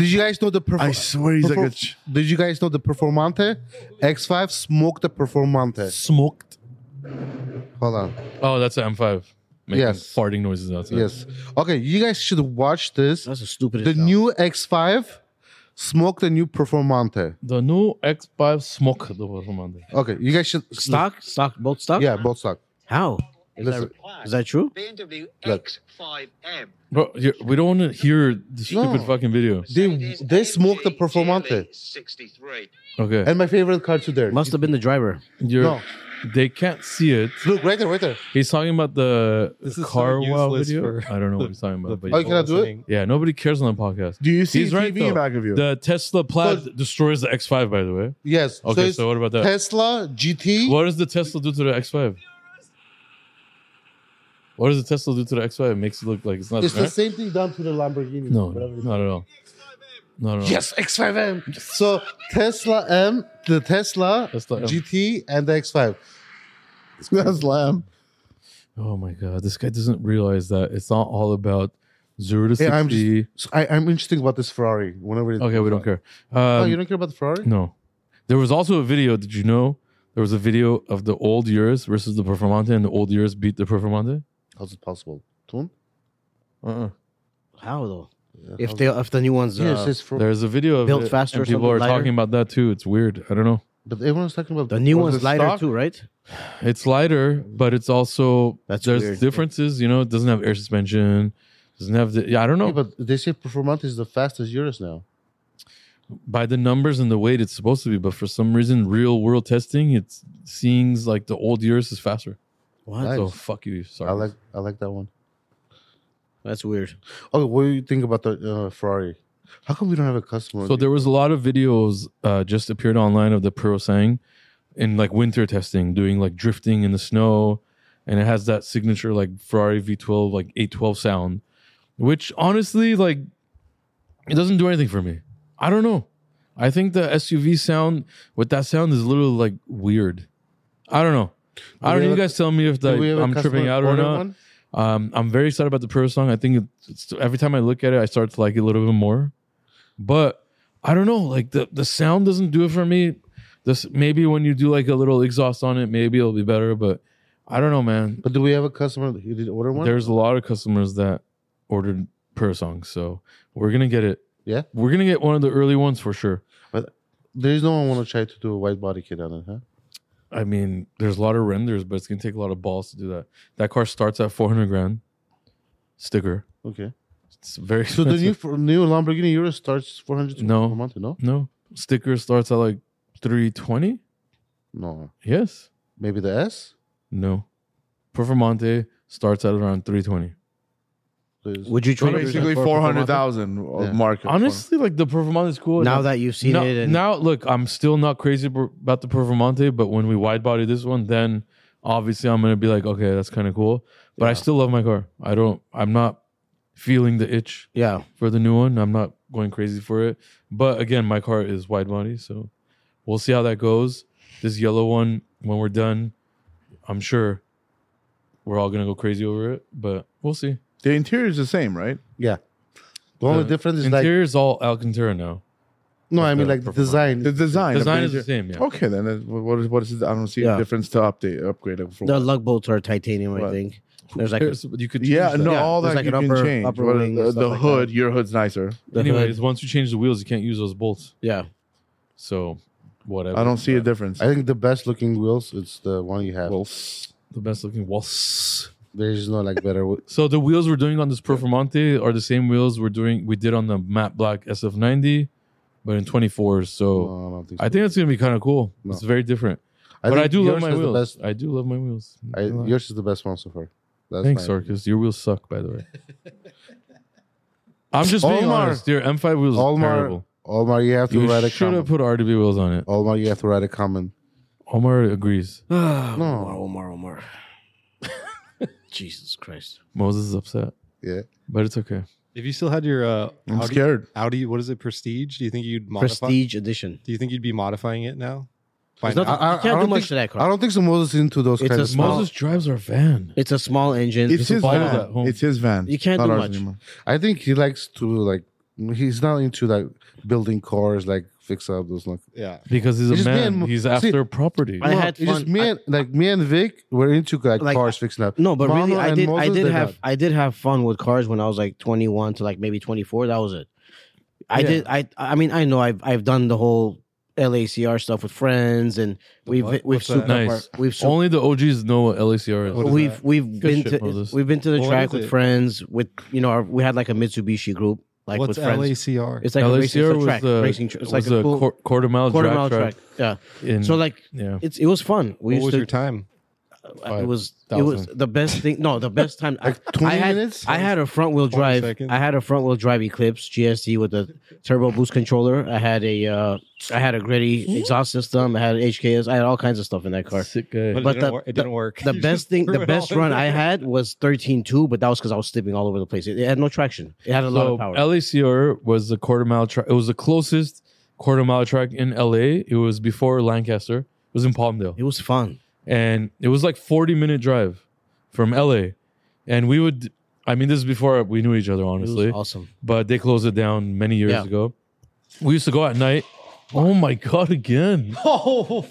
S2: did you guys know the perfor-
S3: I swear he's like a
S2: perfor-
S3: ch-
S2: Did you guys know the Performante? X5 smoked the Performante.
S1: smoked.
S2: Hold on.
S1: Oh, that's an M5 making
S2: Yes.
S1: farting noises outside.
S2: Yes. Okay, you guys should watch this.
S5: That's the stupidest.
S2: The
S5: sound.
S2: new X5 smoked the new Performante.
S1: The new X5 smoke the Romande.
S2: Okay, you guys should
S5: stock, stock, both stock.
S2: Yeah, both stock.
S5: How is
S2: Listen.
S5: that, is that true?
S7: BMW
S2: Look.
S7: X5M.
S1: Bro, here, we don't want to hear the stupid
S2: No.
S1: fucking video.
S2: They they smoked the Performante.
S7: 63.
S1: Okay.
S2: And my favorite car to there.
S5: Must have been the driver.
S1: You're,
S2: No.
S1: They can't see it.
S2: Look right there, right there.
S1: He's talking about the
S4: This is so
S1: car wow
S4: useless
S1: video.
S4: for
S1: I don't know
S4: the-
S1: what he's talking about.
S4: The
S1: But
S2: Oh, you cannot do it?
S4: thing.
S1: yeah, nobody cares on the podcast.
S3: Do you see
S1: He's
S3: TV
S1: right,
S3: in
S1: though.
S3: back of you?
S1: The Tesla Plaid
S2: So-
S1: destroys the X5, by the way.
S2: Yes.
S1: Okay, so,
S2: it's
S1: what about that?
S2: Tesla GT.
S1: What does the Tesla do to the X5? What does the Tesla do to the X5? It makes it look like it's not.
S2: It's the
S1: right?
S2: same thing done to the Lamborghini.
S1: No,
S2: whatever it
S1: not at all. Not at all.
S2: is. Yes, X5M. So Tesla M, the Tesla,
S1: Tesla M.
S2: GT, and the X5.
S3: That's lamb.
S1: Oh my god, this guy doesn't realize that it's not all about zero to
S2: Hey, I'm just-
S1: sixty.
S2: So I, I'm interested about this Ferrari. Whenever it
S1: okay, we don't care. Um,
S2: Oh, you don't care about the Ferrari?
S1: No, there was also a video. Did you know there was a video of the old years versus the Performante, and the old years beat the Performante?
S2: How's it possible? Tune?
S1: Uh-uh.
S5: How though?
S2: Yeah,
S5: If
S2: how's-
S5: they, if the new ones,
S2: yeah, it
S5: uh,
S2: says for,
S1: There's a video of
S5: Built
S1: it,
S5: faster
S1: and
S5: or
S1: people
S5: something
S1: are
S5: lighter?
S1: talking about that too. It's weird. I don't know.
S2: but everyone's talking about
S5: the new
S2: was
S5: one's
S2: it
S5: lighter
S2: stock?
S5: too, right?
S1: It's lighter, but it's also
S5: That's
S1: there's
S5: weird.
S1: differences. You know, it doesn't have air suspension. Doesn't have the yeah. I don't know.
S2: Yeah, but they say Performante is the fastest Urus now.
S1: by the numbers and the weight it's supposed to be, but for some reason, real world testing, it seems like the old Urus is faster.
S5: What?
S2: Nice.
S1: So fuck you. Sorry.
S2: I like I like that one.
S5: That's weird.
S2: Okay, what do you think about the uh, Ferrari? How come we don't have a customer?
S1: so there was a lot of videos uh, just appeared online of the Pro saying in like winter testing, doing like drifting in the snow, and it has that signature like Ferrari V12 like 812 sound, which honestly like it doesn't do anything for me. I don't know. I think the SUV sound with that sound is a little like weird. I don't know. I don't.
S2: Do we
S1: know. You
S2: have a-
S1: guys tell me if
S2: Do
S1: like,
S2: we have a
S1: I'm tripping
S2: customer
S1: out or
S2: order
S1: not.
S2: one?
S1: Um, I'm very excited about the Pro song. I think it's, every time I look at it, I start to like it a little bit more. But I don't know, like the the sound doesn't do it for me. This maybe when you do like a little exhaust on it, maybe it'll be better. But I don't know, man.
S2: But do we have a customer who did order one?
S1: There's a lot of customers that ordered Pro songs, so we're gonna get it.
S2: Yeah?
S1: we're gonna get one of the early ones for sure.
S2: There's no one want to try to do a white body kit on it, huh?
S1: I mean, there's a lot of renders, but it's gonna take a lot of balls to do that. That car starts at 400 grand sticker.
S2: Okay.
S1: It's very
S2: So the
S1: expensive.
S2: new new Lamborghini Urus starts 400
S1: No.
S2: per month, no?
S1: No. Sticker starts at like 320?
S2: No.
S1: Yes.
S2: Maybe the S?
S1: No. Performante starts at around 320.
S2: There's-
S5: Would you
S3: So
S5: trade
S3: basically four hundred thousand
S2: Yeah.
S3: market.
S1: Honestly, like the Performante is cool.
S5: now that you've seen
S1: now,
S5: it? And
S1: now, look, I'm still not crazy ab- about the Performante, but when we wide body this one, then obviously I'm going to be like, okay, that's kind of cool. But I still love my car. I don't, I'm not feeling the itch
S5: yeah,
S1: for the new one. I'm not going crazy for it. But again, my car is wide body, so we'll see how that goes. This yellow one, when we're done, I'm sure we're all gonna go crazy over it, but we'll see.
S3: the interior is the same, right?
S2: the only
S1: the
S2: difference is like
S1: Interior is all Alcantara now.
S2: no, I
S1: of
S2: mean
S1: the
S2: like the
S1: performance.
S2: design.
S3: The design. of
S1: Design
S3: the
S1: is the
S3: interior-
S1: same, yeah.
S3: Okay, then that- what is what is it? I don't see
S5: Yeah.
S3: a difference to update upgrade it from
S5: the lug bolts are titanium. I
S3: What?
S5: think there's like a,
S1: There's- you could
S3: yeah,
S1: change
S3: no,
S1: that.
S5: Yeah,
S3: all
S5: there's
S3: that
S5: like
S3: you
S5: an
S3: can
S5: upper-
S3: change.
S5: upper
S3: What-
S5: wing
S3: the
S5: and
S3: the
S5: stuff like
S3: hood, your hood's nicer.
S5: the
S1: Anyways,
S5: hood.
S1: once you change the wheels, you can't use those bolts.
S5: yeah.
S1: So whatever.
S3: I don't see a difference.
S2: I think the best looking wheels it's the one you have.
S3: Well,
S1: the best looking waltz.
S2: There's no like better. whe-
S1: So the wheels we're doing on this Performante are the same wheels we're doing we did on the matte black SF90, but in 24s. So
S2: No, I don't think so.
S1: Oh. I think it's gonna be kind of cool.
S2: No.
S1: It's very different,
S2: I
S1: but I
S2: think
S1: do love
S2: yours
S1: my
S2: is the
S1: wheels.
S2: best-
S1: I do love my wheels.
S2: I, yours is the best one so far. That's
S1: Thanks,
S2: my-
S1: Sarkis. Your wheels suck, by the way. I'm just being
S2: Allmar.
S1: honest. Your M5 wheels are
S2: Allmar,
S1: terrible.
S2: Allmar, you have to write
S1: You
S2: a
S1: should have
S2: comment.
S1: put RDB wheels on it.
S2: Allmar, you have to write a comment.
S1: Omar agrees.
S5: Omar, Omar, Omar. Jesus Christ.
S1: Moses is upset,
S2: Yeah.
S1: but it's okay.
S4: If you still had your uh,
S3: I'm
S4: Audi,
S3: scared.
S4: Audi, what is it? Prestige? Do you think you'd modify?
S5: Prestige edition.
S4: Do you think you'd be modifying it now?
S5: There's
S4: Find
S5: nothing-
S4: out.
S2: I-
S5: you can't do
S2: don't
S5: much
S2: think-
S5: to that car.
S2: I don't think so. Moses is into those
S5: It's
S2: kind
S5: a
S2: of
S5: small-
S1: Moses drives our van.
S5: It's a small engine.
S3: It's his
S1: bottle
S3: van.
S1: at home.
S3: It's his van.
S5: You can't
S3: Not
S5: do
S3: ours
S5: much.
S3: anymore.
S2: I think he likes to like. He's not into like building cars, like fix up those. Like,
S4: yeah.
S1: Because he's a
S2: It's just me
S1: man.
S2: and-
S1: he's
S2: see-
S1: after property.
S5: I
S2: No,
S5: had
S2: it's just
S5: fun-
S2: me
S5: I-
S2: and like me and Vic were into like,
S5: Like,
S2: cars fixing up.
S5: No, but really,
S2: Mano
S5: I
S2: and
S5: did. I
S2: Moses,
S5: did
S2: they're
S5: have.
S2: not.
S5: I did have fun with cars when I was like 21 to like maybe 24. That was it. I
S1: Yeah.
S5: did. I. I mean, I know. I've. I've done the whole LACR stuff with friends, and we've
S4: fuck?
S5: we've
S4: What's
S5: souped
S1: that?
S5: up our-
S1: Nice.
S5: we've souped,
S1: Only the OGs know what LACR is.
S4: What is
S5: we've
S1: Good
S5: we've been
S1: shit,
S5: to
S1: Moses.
S5: we've been to the
S4: What
S5: track
S4: is
S5: with
S4: it?
S5: friends with you know our, we had like a Mitsubishi group like
S4: What's
S5: with friends.
S4: LACR?
S5: It's like a racing it's a
S1: LACR was
S5: track,
S1: the
S5: racing. Tr- it's like
S1: was
S5: a
S1: a
S5: cool
S1: quar- quarter mile
S5: quarter
S1: drag
S5: mile track.
S1: track.
S5: Yeah.
S1: in-
S5: So like
S1: yeah,
S5: it's it was fun. We
S4: What
S5: used
S4: was
S5: to
S4: your time?
S5: it was it was the best thing. No, the best time. I-
S2: Like 20
S5: I had,
S2: minutes?
S5: I had a front wheel
S4: 20
S5: drive.
S4: seconds?
S5: I had a front wheel drive Eclipse GST with a turbo boost controller. I had a uh, I had a gritty exhaust system. I had HKS. I had all kinds of stuff in that car.
S1: sick guy.
S4: it
S5: But
S4: didn't,
S5: the-
S4: wor- it didn't work.
S5: The
S4: You
S5: best
S4: just
S5: thing,
S4: threw
S5: the
S4: it
S5: best
S4: all
S5: run
S4: in
S5: I
S4: there.
S5: had was 13.2, but that was because I was slipping all over the place. It, it had no traction. It had a lot
S1: So
S5: of power.
S1: LACR was the quarter mile track. It was the closest quarter mile track in LA. It was before Lancaster. It was in Palmdale,
S5: it was fun.
S1: and it was like forty minute drive from LA. And we would, I mean, this is before we knew each other,
S5: it
S1: honestly.
S5: was awesome.
S1: But they closed it down many years
S5: Yeah.
S1: ago. We used to go at night. Oh my god! Again,
S4: Oh,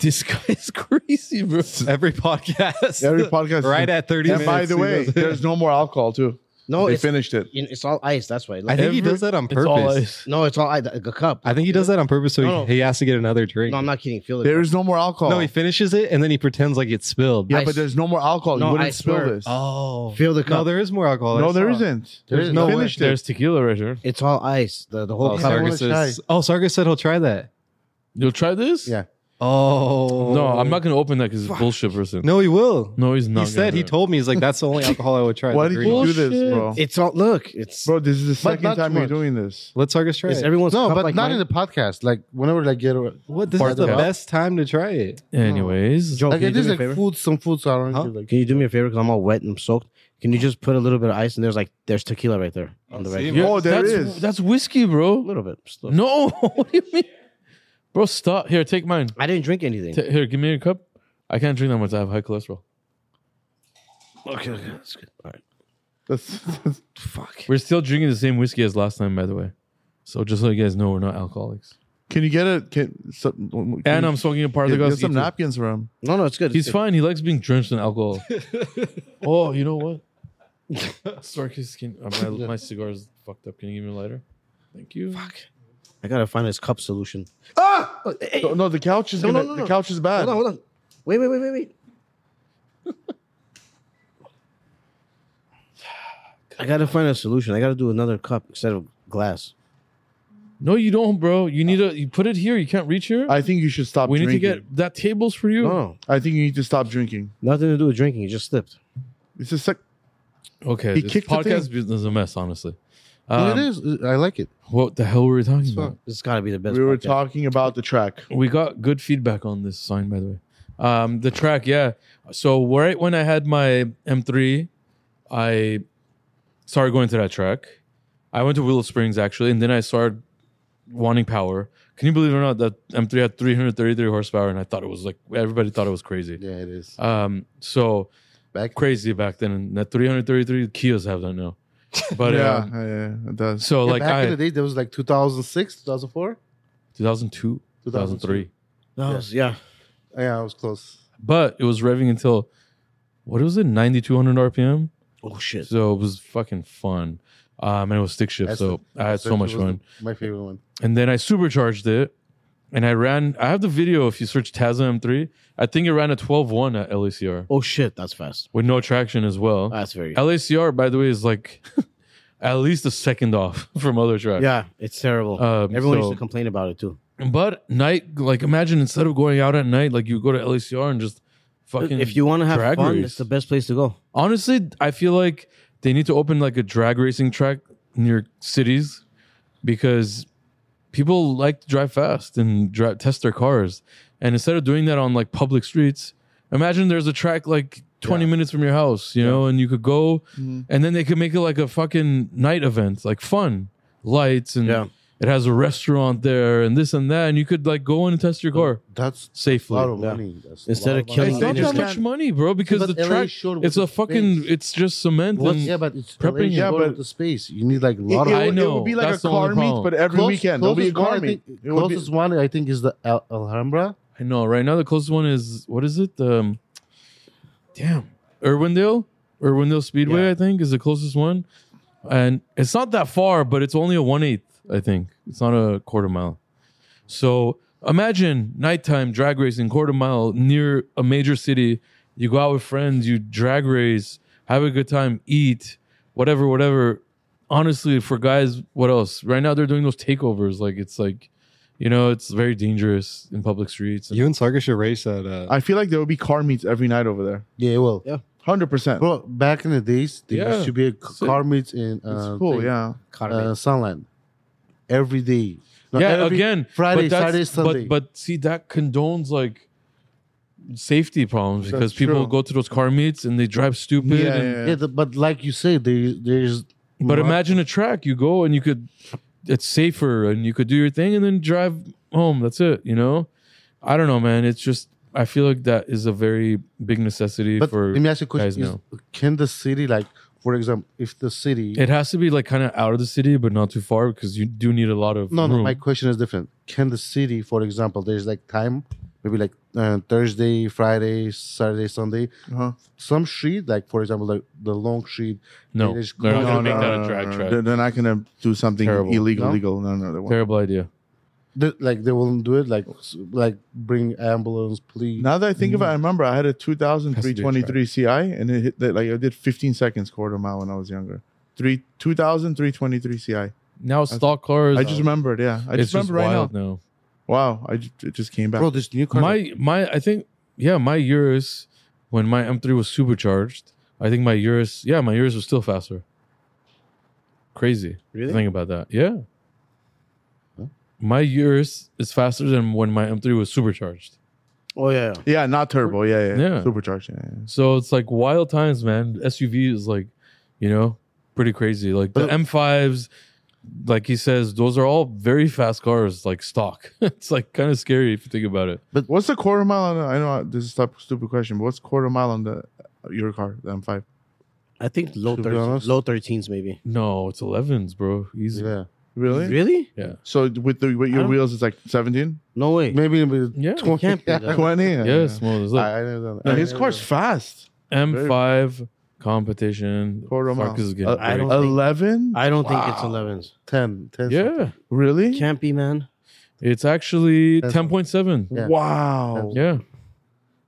S1: this guy is crazy, bro.
S4: every podcast.
S3: Every podcast.
S4: right at 30
S3: And
S4: minutes.
S3: by the
S4: he
S3: way,
S4: goes-
S3: there's no more alcohol too.
S5: No,
S3: they
S5: Oh, it's,
S3: finished it.
S5: it's all ice. That's why.
S4: I think he
S1: every-
S4: does that on
S1: It's all
S4: purpose.
S1: ice.
S5: no, it's all ice. Like a cup.
S4: I think he does that on purpose so
S5: No, no.
S4: he, he has to get another drink.
S5: no, I'm not kidding. Feel it.
S3: There is no more alcohol.
S4: No, he finishes it and then he pretends like it's spilled.
S3: yeah,
S5: I
S3: but
S5: s-
S3: there's no more alcohol.
S5: No,
S3: you wouldn't
S5: I
S3: spill
S5: swear.
S3: this.
S4: Oh.
S5: Feel the cup.
S4: No, there is more alcohol.
S3: no, there
S4: there
S3: isn't.
S2: There is
S3: There's
S2: no
S3: no
S2: way.
S3: finished it.
S1: There's tequila right here.
S5: It's all ice. The the whole
S4: Oh,
S5: cup.
S2: Sarah.
S4: Sargus says, oh, Sargus said he'll try that.
S1: You'll try this?
S2: Yeah.
S4: Oh.
S1: No, I'm not gonna open that because it's bullshit, person.
S4: No, he will.
S1: no, he's
S4: he
S1: not.
S4: said,
S1: gonna.
S4: he told me, he's like, that's the only alcohol I would try.
S3: Why did
S4: the
S3: you
S4: green one.
S3: do this, bro?
S5: It's all look. It's
S3: Bro, this is the
S2: But
S3: second
S2: not
S3: time
S2: too
S3: you're
S2: much.
S3: doing this.
S4: Let Sargus try
S5: it's
S4: it.
S5: everyone's
S2: No,
S5: cup
S2: but
S5: like
S2: not
S5: mine?
S2: in the podcast. Like whenever like get
S4: what? This
S2: Part
S4: is
S2: of
S4: the
S2: that.
S4: best time to try it.
S1: Anyways,
S5: Joe,
S2: like
S5: can you
S2: it
S5: do
S2: is
S5: me a
S2: like
S5: favor?
S2: food, some food, so I don't
S4: Huh?
S2: give, like
S5: Can you do me a favor? Because I'm all wet and I'm soaked. Can you just put a little bit of ice and there's like there's tequila right there on the right.
S4: see,
S5: A
S4: Yeah,
S3: oh, there
S1: that's,
S3: is.
S1: That's whiskey, bro.
S5: little bit. just a little-
S1: No, what do you mean, bro? Stop. Here, take mine.
S5: I didn't drink anything.
S1: Ta- here, give me your cup. I can't drink that much. I have high cholesterol.
S5: okay, okay, that's good. All right.
S3: That's-
S5: Fuck.
S1: We're still drinking the same whiskey as last time, by the way. So just so you guys know, we're not alcoholics.
S3: can you get a can, so, can
S1: And
S3: you
S1: I'm smoking a part of
S3: get,
S1: the
S3: get
S1: glass.
S3: some napkins for him?
S5: No, no, it's good.
S1: He's
S5: it's good.
S1: fine. He likes being drenched in alcohol. oh, you know what? Sarkis, can uh, my, my cigar is fucked up. Can you give me a lighter? Thank you.
S5: Fuck. I gotta find this cup solution. Ah! Oh, hey,
S3: No, no, the couch is
S5: No,
S3: gonna,
S5: no, no,
S3: the
S5: no.
S3: couch is bad.
S5: Hold on, hold on. Wait, wait, wait, wait, wait. I gotta find a solution. I gotta do another cup instead of glass.
S1: No, you don't, bro. You need a. You put it here. You can't reach here.
S3: I think you should stop.
S1: we need
S3: drinking.
S1: to get that table's for you.
S5: No, no,
S3: I think you need to stop drinking.
S5: nothing to do with drinking. It just slipped.
S3: It's a sec.
S1: Okay,
S3: He
S1: this
S3: kicked the
S1: podcast business is a mess, honestly.
S2: No,
S1: Um,
S2: it is. I like it.
S1: What the hell were we talking
S2: fine.
S1: about?
S5: This has gotta be the best.
S3: We were
S5: podcast.
S3: talking about the track.
S1: We got good feedback on this sign, by the way. Um, the track, yeah. So right when I had my M3, I started going to that track. I went to Willow Springs actually, and then I started wanting power. Can you believe it or not that M3 had 333 horsepower, and I thought it was like everybody thought it was crazy.
S2: Yeah, it is.
S1: Um, so
S2: Back
S1: crazy back then, and that 333 Kias have that now. But
S3: yeah,
S5: uh,
S1: um,
S3: yeah, yeah, it does.
S1: so
S2: Yeah,
S1: like
S2: back
S1: I
S2: in the day, there was like 2006, 2004.
S1: 2002, 2003.
S5: That was- yeah.
S2: Yeah, I was close.
S1: but it was revving until what was it 9200 rpm
S5: Oh shit.
S1: so it was fucking fun um and it was stick shift
S2: That's
S1: so
S2: the-
S1: i had
S2: Search
S1: so much
S2: was
S1: fun
S2: My favorite one.
S1: and then i supercharged it and i ran i have the video if you search tazza m3 i think it ran a 12.1 at lacr
S5: Oh shit. That's fast.
S1: with no traction as well
S5: Oh, That's very.
S1: lacr by the way is like at least a second off from other tracks
S5: Yeah, it's terrible.
S1: Um,
S5: Everyone
S1: so-
S5: used to complain about it too.
S1: but night like imagine instead of going out at night like you go to lacr and just fucking
S5: If you want to have
S1: drag
S5: fun,
S1: race.
S5: it's the best place to go.
S1: Honestly, I feel like they need to open like a drag racing track near cities because people like to drive fast and drive, test their cars. And instead of doing that on like public streets, imagine there's a track like 20 minutes from your house, you know, and you could go
S2: Mm-hmm.
S1: and then they could make it like a fucking night event, like fun lights and
S5: Yeah.
S1: it has a restaurant there and this and that. And you could like go in and test your car
S2: That's a
S1: safely.
S2: lot of
S5: Yeah.
S2: money. That's a
S5: Instead
S2: lot
S5: of killing
S1: It's
S2: money.
S1: not
S5: They
S1: that
S5: just
S1: much
S2: can't-
S1: money, bro, because
S2: But
S1: the
S2: LA
S1: track,
S2: showed with
S1: it's a
S2: the
S1: fucking,
S2: space.
S1: it's just cement.
S2: What's-
S1: and
S2: yeah, but it's
S1: prepping
S2: prepping
S1: it.
S2: yeah,
S3: Yeah, but-
S2: but the space. You need like a
S3: It,
S2: lot
S3: it,
S2: of
S1: I
S3: would- it
S1: know.
S3: would be like
S1: That's
S3: a
S1: the only
S3: car meet,
S1: problem.
S3: but every
S2: Close-
S3: weekend. It'll be a
S2: closest one,
S3: car
S2: I
S3: meet.
S2: think-
S3: It would be-
S2: Closest one I think is the Al- Alhambra.
S1: I know. Right now, the closest one is what is it? Um, damn, Irwindale, Irwindale Speedway. I think is the closest one, and it's not that far, but it's only a one eighth. I think it's not a quarter mile. So imagine nighttime drag racing, quarter mile near a major city. You go out with friends, you drag race, have a good time, eat, whatever, whatever. Honestly, for guys, what else? Right now, they're doing those takeovers. Like it's like, you know, it's very dangerous in public streets.
S4: You and Sarga should race at. Uh,
S3: I feel like there would be car meets every night over there.
S2: Yeah, well,
S5: Yeah.
S3: Hundred percent.
S2: bro, back in the days, there
S1: Yeah.
S2: used to be a c-
S1: So-
S2: car meet in uh,
S3: It's cool.
S2: thing,
S3: Yeah.
S2: uh, Sunland every day. No,
S1: yeah,
S2: every
S1: again,
S2: Friday,
S1: that's-
S2: Saturday, Sunday.
S1: But, but see, that condones like safety problems because
S3: That's
S1: people
S3: true.
S1: go to those car meets and they drive stupid.
S3: Yeah,
S1: and-
S3: yeah,
S2: yeah, the, but like you say, there there's
S1: But
S2: not-
S1: imagine a track you go and you could, it's safer and you could do your thing and then drive home. That's it. You know, I don't know, man. It's just I feel like that is a very big necessity
S2: But
S1: for.
S2: let me ask you a
S1: guys
S2: question: is,
S1: now.
S2: Can the city, like for example, if the city,
S1: It has to be like kind of out of the city, but not too far because you do need a lot of
S2: no, no,
S1: room.
S2: my question is different. Can the city, for example, there's like time, maybe like uh, Thursday, Friday, Saturday, Sunday,
S3: Uh-huh.
S2: some street, like for example, like the long street.
S1: no,
S2: it is
S1: they're not
S2: close.
S1: gonna
S2: No,
S1: make
S2: no,
S1: that a drag track.
S3: They're, they're not gonna do something
S1: Terrible.
S3: illegal.
S2: No?
S3: Legal. No, no, they won't.
S1: Terrible idea.
S2: They, like they won't do it. Like s- like bring ambulance, please.
S3: Now that I think of it,
S1: Mm.
S3: I remember I had a 2000
S1: Has to be a
S3: 323 CI, and it hit that like I did 15 seconds quarter mile when I was younger. Three 2000 323 CI. I
S1: Now stock cars.
S3: just remembered. Yeah, I
S1: it's
S3: just
S1: just
S3: remember right now.
S1: wild now.
S3: Wow, I just, it just came back.
S2: bro, this new car.
S1: my my I think yeah, my Urus when my M3 was supercharged, I think my Urus yeah, my Urus was still faster. Crazy.
S5: Really?
S1: Think about that. Yeah. My Urus is faster than when my M3 was supercharged.
S5: Oh yeah, yeah.
S3: yeah, not turbo. Yeah, yeah,
S1: Yeah.
S3: supercharged. Yeah, yeah.
S1: So it's like wild times, man. SUV is like, you know, pretty crazy. Like the M5s, like he says, those are all very fast cars, like stock. it's like kind of scary if you think about it.
S3: But what's the quarter mile? On the, I know uh, this is a stupid question, but what's quarter mile on the uh, your car, the M5?
S5: I think low
S2: To be
S5: 13,
S2: honest-
S5: low thirteens maybe.
S1: No, it's 11s, bro. Easy.
S2: yeah,
S3: Really?
S5: Really?
S3: So with the with
S5: I
S3: your
S5: don't-
S3: wheels, it's like 17,
S5: No way.
S2: maybe it'll be
S1: Yeah.
S5: It can't be that.
S3: 20. Yeah,
S1: Yes, more. There's
S2: I,
S1: like
S2: I don't know.
S3: yeah.
S2: I
S3: his
S2: don't
S3: car's
S2: know.
S3: fast.
S1: M5 competition.
S3: Quarter
S1: Fuck,
S3: mile.
S1: this is getting
S3: Uh,
S5: I
S1: great.
S5: don't think-
S3: 11.
S5: I don't think it's
S3: Wow.
S5: elevens.
S2: 10, 10
S1: Yeah,
S3: Really?
S5: Can't be, man.
S1: it's actually
S2: That's-
S1: 10.7.
S2: Yeah.
S3: Wow.
S1: Yeah,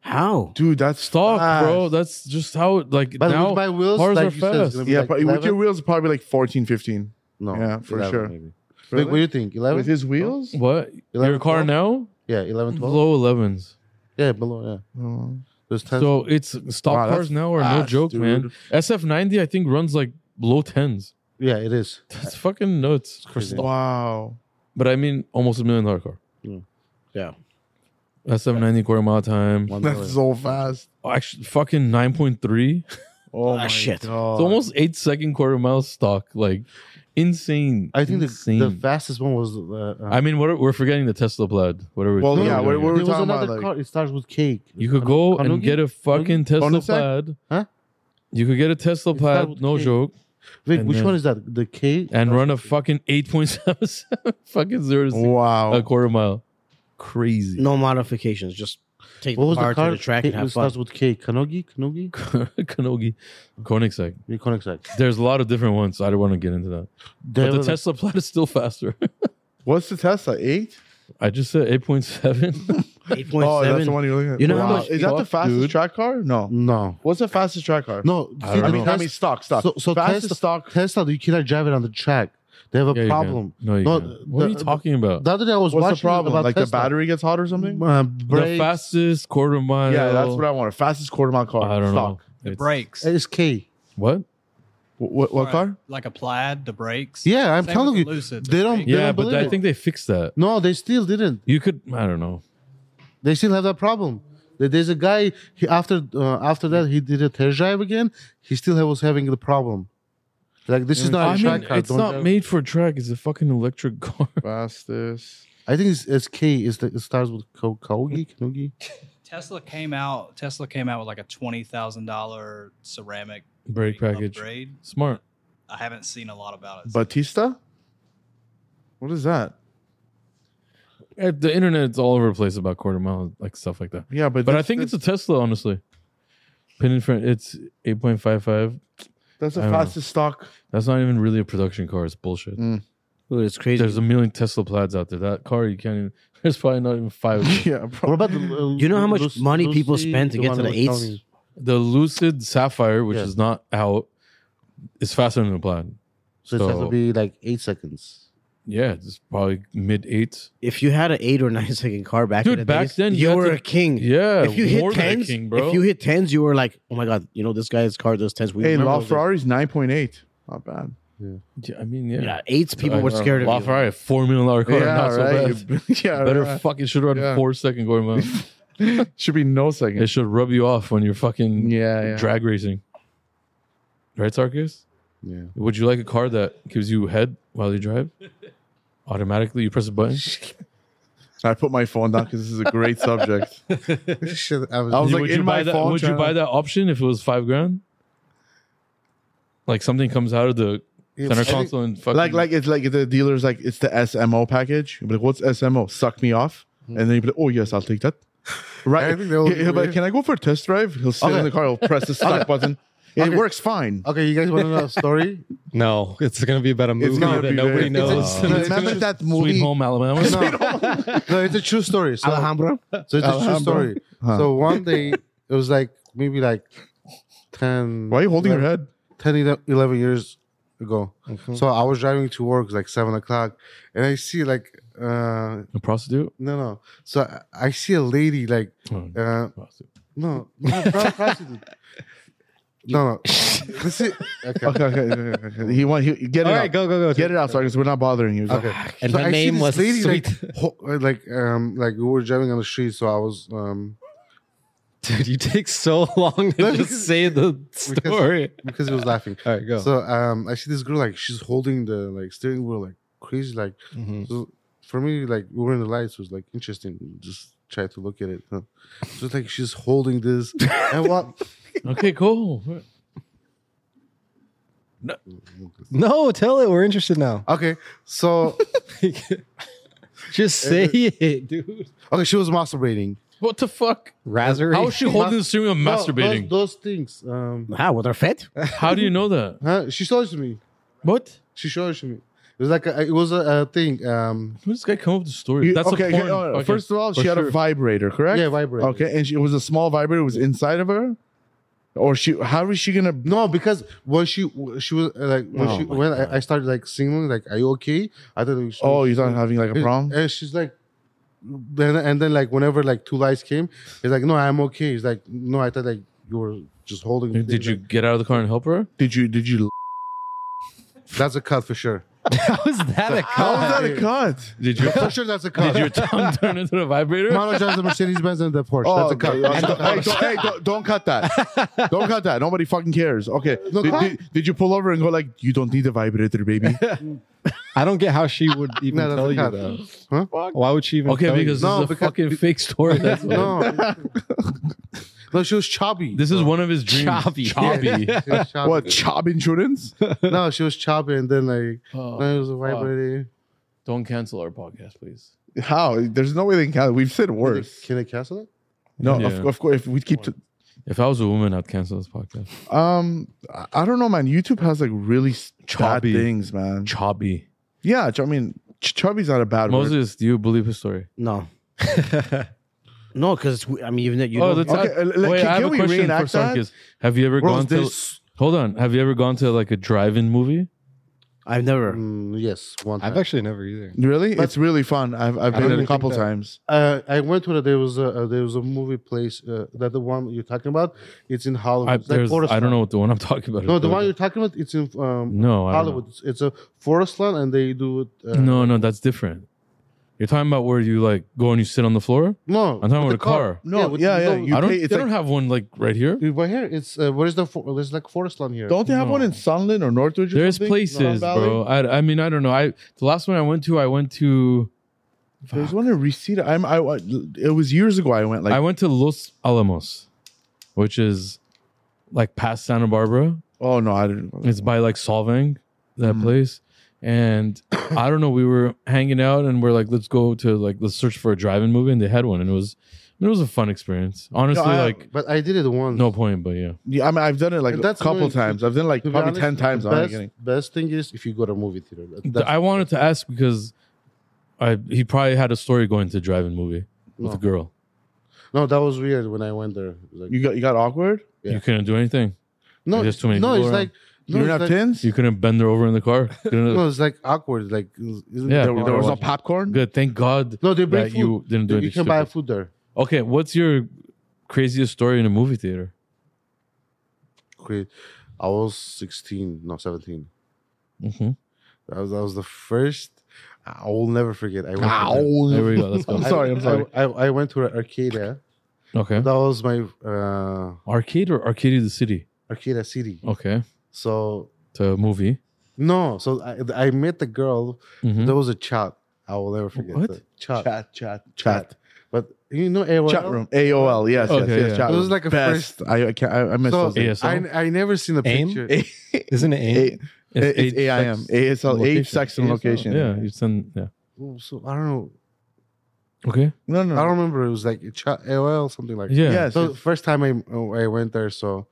S5: How?
S3: Dude, that's
S1: stock,
S3: fast.
S1: bro. That's just how like
S2: Ah. But
S1: now.
S2: with my wheels,
S1: cars
S2: like
S1: are
S2: you said, it's
S1: fast.
S2: gonna be
S3: Yeah,
S2: like
S3: but with your
S2: 11?
S3: wheels, probably like 14, 15.
S2: no,
S3: Yeah, for
S2: 11
S3: sure.
S2: maybe.
S3: Really?
S2: Wait, what do you think?
S3: With
S2: 11?
S3: his wheels?
S1: what
S2: 11,
S1: your car
S2: 12?
S1: now?
S2: Yeah, 11, 12.
S1: Low 11s.
S2: Yeah, below. Yeah,
S3: Oh.
S2: there's 10.
S1: So it's stock
S3: Wow, that's
S1: cars now are no
S3: fast,
S1: joke,
S3: dude.
S1: man. SF90 I think runs like low 10s.
S2: yeah, it is.
S1: That's fucking nuts.
S2: crazy.
S3: Wow.
S1: But I mean, almost a million dollar car.
S2: Yeah.
S5: Yeah.
S1: SF90 quarter mile time. Oh,
S2: One
S3: That's
S2: dollar.
S3: so fast.
S1: Actually, fucking 9.3.
S3: Oh,
S5: Ah,
S3: my
S5: shit.
S3: God.
S1: It's almost eight second quarter mile stock. Like insane.
S2: I think the,
S1: insane.
S2: the fastest one was. Uh, uh,
S1: I mean, what are, we're forgetting the Tesla Plaid. Whatever. it's
S3: Well,
S1: called.
S3: oh, yeah, we're-
S2: there
S3: we're-
S2: was
S3: talking
S2: another
S3: about, like-
S2: car. It starts with cake.
S1: you could go and
S2: Kanugi?
S1: get a fucking Tesla
S2: Koenigsegg?
S1: Plaid.
S2: Huh?
S1: You could get a Tesla
S2: It's that
S1: Plaid,
S2: with
S1: no
S2: K.
S1: joke,
S2: Wait,
S1: and
S2: which
S1: then-
S2: one is that? The K
S1: and run a fucking eight point seven seven fucking zero to sixty
S3: Wow.
S1: a quarter mile. Crazy.
S5: No modifications. Just take
S2: What
S5: the
S2: was
S5: car,
S2: the car?
S5: to the track
S2: It
S5: and have fun.
S2: starts with K. Kanogi, Kanogi,
S1: Kanogi, Koenigsegg.
S2: We connect that.
S1: There's a lot of different ones. I don't want to get into that. But
S2: There
S1: the
S2: was, like,
S1: Tesla Plaid is still faster.
S3: What's the Tesla? Eight?
S1: I just said eight point seven.
S5: Eight point
S3: Oh, that's the
S5: seven.
S3: one you're looking at.
S5: You know how
S3: Wow.
S5: much-
S3: Is that the
S1: Fuck,
S3: fastest
S1: dude.
S3: track car? No.
S2: No,
S3: What's the fastest track car?
S2: no.
S1: I
S2: see,
S1: don't
S2: the
S3: I mean,
S1: know.
S3: I
S2: Tesla-
S3: mean, stock, stock.
S2: So, so
S3: fastest
S2: Tesla,
S3: stock.
S2: Tesla, you cannot drive it on the track. They have a
S1: Yeah, you can.
S2: problem.
S1: No, you
S2: No,
S1: can. What are you
S2: the-
S1: talking about?
S2: The other day I was watching
S3: What's the problem?
S2: about
S3: Like the
S2: Tesla.
S3: battery gets hot or something?
S2: Uh,
S1: The
S2: brake
S1: fastest quarter mile.
S3: Yeah, that's what I wanted. Fastest quarter mile car.
S1: I don't
S3: stock.
S1: know.
S6: The
S1: It's-
S6: brakes.
S2: is K.
S1: What?
S3: Wh- What, what
S6: Right.
S3: car?
S6: Like a plaid, the brakes.
S2: Yeah, I'm
S6: Same
S2: telling
S6: with
S2: you,
S6: the Lucid, the
S2: they don't.
S6: brakes.
S2: they
S1: Yeah,
S2: don't
S1: but
S2: believe
S1: I
S2: it.
S1: think they fixed that.
S2: no, they still didn't.
S1: You could, I don't know.
S2: They still have that problem. There- There's a guy. He, after uh, after that, he did a test drive again. He still ha- was having the problem. Like this is
S1: I
S2: not a
S1: mean,
S2: track car.
S1: it's
S2: don't-
S1: not made for track. It's a fucking electric car.
S3: Fastest.
S2: I think it's SK. Is the, it starts with Ko- Kogi Kanogi.
S6: Tesla came out. Tesla came out with like a twenty thousand dollar ceramic
S1: Brake package.
S6: upgrade.
S1: Smart.
S6: I haven't seen a lot about it.
S3: Batista? What is that?
S1: Eh, The internet's all over the place about quarter mile, like stuff like that.
S3: Yeah, but
S1: But I
S3: that's-
S1: think it's
S3: that's-
S1: a Tesla, honestly. Pin in front, it's 8.55.
S3: that's the
S1: I don't know.
S3: fastest stock.
S1: That's not even really a production car. It's bullshit.
S3: Mm.
S5: Ooh, it's crazy.
S1: There's a million Tesla plaids out there. That car, you can't even, there's probably not even five. of them.
S3: yeah, bro.
S2: What about the, uh,
S5: you know how much
S2: Lucy-
S5: money people
S2: Lucy,
S5: spend to get
S2: one
S5: to
S2: I
S5: the
S2: was telling you?
S5: eights?
S1: the Lucid Sapphire, which
S2: Yeah.
S1: is not out, is faster than the plaid.
S2: So it has to
S1: So-
S2: be like eight seconds.
S1: Yeah, it's probably mid eights.
S5: If you had an eight or nine second car back,
S1: Dude,
S5: in the
S1: back
S5: days,
S1: then, you
S5: you
S1: had
S5: were
S1: to-
S5: a king.
S1: Yeah,
S5: if you hit
S1: more than a
S5: tens,
S1: king, bro.
S5: if you hit tens, you were like, oh my god, you know this guy's car does tens. We
S3: Hey,
S5: remember those.
S3: LaFerrari's 9.8. Not bad.
S1: Yeah, I mean, yeah.
S5: Yeah, eights people were scared of you.
S1: LaFerrari, four million dollar car, not so bad.
S3: right? yeah,
S1: Better
S3: right.
S1: fucking should run
S3: Yeah.
S1: four second quarter mile.
S3: Should be no
S1: it
S3: second.
S1: should rub you off when you're fucking
S3: Yeah, yeah.
S1: drag racing. Right, Sarkis?
S2: Yeah.
S1: Would you like a car that gives you head while you drive? Automatically, you press a button.
S3: I put my phone down because this is a great subject.
S2: Shit, I was,
S3: I was like
S1: would
S3: in
S1: you
S3: my
S1: buy that,
S3: phone.
S1: Would you
S3: trying to-
S1: buy that option if it was five grand? Like something comes out of the
S2: Yeah,
S1: center
S2: I think-
S1: console and fucking
S3: Like, like it's like the dealer's like it's the SMO package. You'd be like, what's SMO? Suck me off, and then you be like, oh yes, I'll take that. Right?
S2: I think they'll-
S3: He- he'll be like, Can I go for a test drive? He'll sit
S2: Okay.
S3: in the car. He'll press the start button. It
S2: Okay.
S3: works fine.
S2: Okay, you guys want to know a story?
S4: No, it's gonna be about a movie
S3: gonna
S4: that
S3: be
S4: nobody
S3: very-
S4: knows.
S2: it's a- no, it's
S3: Remember
S2: just
S3: that
S1: Sweet
S3: movie?
S1: Home Alabama.
S2: no, no, it's a true story. So,
S5: Alhambra.
S2: so it's a true
S3: Alhambra.
S2: story.
S3: Huh.
S2: So one day, it was like maybe like 10.
S3: Why are you holding your
S2: 11
S3: head?
S2: 10, ele- 11 years ago.
S4: Mm-hmm.
S2: So I was driving to work like 7 o'clock and I see like, uh,
S1: A prostitute?
S2: no, no. So I- I see a lady like,
S1: Oh,
S2: uh,
S1: prostitute.
S2: no, not pro- prostitute. No, no. This is, okay.
S3: Okay, okay, okay, okay. He want he, get it
S4: All
S3: out.
S4: right, go go go.
S3: Get it out, because we're not bothering you. Go.
S2: Okay.
S4: And
S2: So
S4: her
S2: I see
S4: name
S2: this
S4: was
S2: lady, like,
S4: Sweet.
S2: ho- like, um, like we were driving on the street, so I was, um,
S4: Dude, you take so long to
S2: No,
S4: just
S2: because-
S4: say the story.
S2: because he was laughing.
S4: All right, go.
S2: So um, I see this girl like she's holding the like steering wheel like crazy. Like
S4: Mhm.
S2: so for me, like we were in the lights was like interesting. Just try to look at it. Huh? So it's like she's holding this and what?
S1: Okay, cool.
S4: No, tell it. We're interested now.
S2: Okay, so
S4: Just say it, dude.
S2: okay, she was masturbating.
S1: What the fuck?
S4: Razzer.
S1: How is she holding the steering wheel and
S2: No,
S1: masturbating?
S2: those, those things. Um,
S5: How with her fit?
S1: How do you know that?
S2: huh? She showed it to me.
S1: What?
S2: She showed it to me. It was like a, it was a, a thing. Um,
S1: Who does this guy come up with the story?
S3: You-
S1: That's
S3: okay,
S1: a
S3: okay,
S1: porn.
S3: all right.
S1: Okay.
S3: First of all,
S1: For
S3: she had a
S1: sure.
S3: vibrator, correct?
S2: Yeah, vibrator.
S3: Okay, and she, it was a small vibrator. It was inside of her, or she? How is she gonna?
S2: no, because when she she was uh, like when
S3: Oh
S2: she
S3: my
S2: when I, I started like singing like are you okay? I thought it was
S3: Oh, you're not having like a
S2: And-
S3: problem.
S2: And uh, she's like, then and then like whenever like two lights came, he's like, no, I'm okay. He's like, no, I thought like you were just holding. the
S1: Did
S2: thing."
S1: you get out of the car and help her?
S3: Did you? Did you?
S2: Like, that's a cut for sure.
S4: How is that
S3: How
S4: a cut?
S3: was Oh, that a
S2: yeah.
S3: cut?
S1: Did you?
S2: For sure, that's a cut.
S1: did your tongue turn into a vibrator?
S2: Mano drives a Mercedes Benz and the Porsche. that's a cut.
S3: oh, okay. And don't- hey, don't, hey, don't, don't cut that. don't cut that. Nobody fucking cares. Okay.
S2: No,
S3: did,
S2: cut.
S3: did, did you pull over and go like, you don't need a vibrator, baby?
S4: I don't get how she would even
S2: No, that's
S4: tell
S2: a
S4: you
S2: cut.
S4: that.
S2: Huh?
S4: Why would she even?
S1: Okay,
S4: tell you?
S1: because
S2: No,
S1: this is a
S2: because-
S1: fucking fake story. That's why.
S2: no, no, she was chubby.
S1: This is one of his dreams.
S4: Choppy.
S1: Choppy.
S2: She was chubby.
S3: what? Job insurance?
S2: No, she was chubby, and then like
S1: Oh,
S2: then it was a vibrator.
S1: don't cancel our podcast, please.
S3: How? There's no way they can count. We've said worse.
S2: Can I cancel it?
S3: No,
S1: Yeah.
S3: of, of course. If we keep to,
S1: If I was a woman, I'd cancel this podcast.
S3: um, I- I don't know, man. YouTube has like really s- bad
S1: Choppy.
S3: things, man.
S1: Choppy.
S3: Yeah, ch- I mean, ch- chubby's not a bad word.
S1: Moses, do you believe his story?
S5: No. no, because I mean, you've, you
S1: oh,
S5: know,
S1: that's
S3: Okay, uh, l-
S1: Wait,
S3: can-
S1: I have
S3: can
S1: a
S3: we
S1: question for
S3: reenact that?
S1: Sarkis. Have you ever
S2: Bro,
S1: gone to?
S2: this-
S1: Hold on. Have you ever gone to like a drive-in movie?
S5: I've never.
S2: Mm, yes, one time.
S4: I've actually never either.
S3: Really, it's really fun. I've I've
S2: don't
S3: been it a
S2: really
S3: couple
S2: think that-
S3: times.
S2: uh, I went to the, there was a uh, there was a movie place uh, that the one you're talking about. It's in
S3: Oh,
S2: Hollywood.
S1: I,
S2: It's like
S1: there's-
S2: Forest
S1: I don't
S2: Land.
S1: know what the one I'm talking about.
S2: No,
S1: is,
S2: the
S1: but-
S2: one you're talking about. It's in um,
S1: No, I don't
S2: Hollywood. It's, it's a forest land, and they do it. Uh,
S1: know. No, no, that's different. You're talking about where you like go and you sit on the floor.
S2: No,
S1: I'm talking about
S2: with
S1: a car.
S3: No,
S2: with-
S3: yeah, yeah,
S2: no,
S3: You
S1: I don't.
S3: pay-
S1: they
S3: it's
S1: don't
S3: like-
S1: have one like right here.
S2: Dude, But here, it's uh, where is the for- there's like forest land here.
S3: Don't they have one in Sunland or Northridge? Or
S1: There's
S3: something?
S1: places,
S3: Sun Valley?
S1: bro. I, I mean, I don't know. I the last one I went to, I went to
S3: There's one in Reseda. I'm, I, I- it was years ago. I went like
S1: I went to Los Alamos, which is like past Santa Barbara.
S3: oh no, I didn't.
S1: It's by like Solvang, that
S2: Mm-hmm.
S3: Mm.
S1: place. And I don't know, we were hanging out and we're like, let's go to like let's search for a drive-in movie, and they had one, and it was it was a fun experience. Honestly,
S3: I-
S1: like
S2: But I did it once.
S1: no point, but yeah.
S3: Yeah, I mean, I've done it like
S2: And
S3: a
S2: that's
S3: couple
S2: really-
S3: times. I've done it, like
S2: To be
S3: probably
S2: honest,
S3: ten times.
S2: The
S3: I'm not
S2: best,
S3: kidding.
S2: best thing is if you go to a movie theater. That- that's-
S1: I wanted to ask because I he probably had a story going to drive-in movie with
S2: No.
S1: a girl.
S2: no, that was weird when I went there. Like,
S3: You got you got awkward.
S2: Yeah.
S1: You couldn't do anything.
S2: no,
S1: there's too many
S2: no,
S1: people
S2: it's
S1: around.
S2: like
S3: you
S2: no,
S3: didn't have
S2: it's like,
S3: tins.
S1: You couldn't bend her over in the car. Couldn't-
S2: no, it's like awkward. Like isn't
S1: Yeah,
S2: it
S3: there,
S1: people
S2: awkward?
S3: there was no
S1: watching.
S3: popcorn.
S1: Good. Thank God
S2: no, they bring
S1: that
S2: food.
S1: you didn't do
S2: you
S1: anything.
S2: can buy
S1: stupid.
S2: food there.
S1: Okay, what's your craziest story in a movie theater?
S2: Great. I was 16, no 17.
S1: Mhm.
S2: That was, that was the first. I will never forget. I went to
S3: Ow.
S1: There we go. Let's go.
S3: I'm sorry. I'm sorry.
S2: I, I, I went to an Arcadia.
S1: Okay.
S2: That was my uh,
S1: Arcade or Arcadia the City?
S2: Arcadia City.
S1: Okay.
S2: So
S1: To a movie.
S2: no, so I, I met the girl.
S1: Mhm.
S2: There was a chat. I will never forget
S1: What?
S2: that. Chat, chat,
S3: Chat, chat,
S2: But you know, AOL?
S3: Chat room. AOL. Yes,
S1: Okay,
S3: yes, yes.
S1: yeah.
S3: Chat
S2: It was
S3: room.
S2: like a
S3: best. I I, can't, I, I miss
S2: So
S3: those.
S1: Yeah.
S3: things.
S2: I, I never seen the
S4: AIM?
S2: picture.
S3: A-
S4: Isn't it? Ain't?
S3: A- It's AIM. ASL. Age, sex, and location.
S1: Yeah, you send. Yeah.
S2: Oh, So I don't know.
S1: Okay.
S3: No, no.
S2: I
S3: no.
S2: don't remember. It was like a chat AOL something like.
S1: Yeah.
S3: Yes.
S2: So
S3: yes.
S2: first time I I went there, so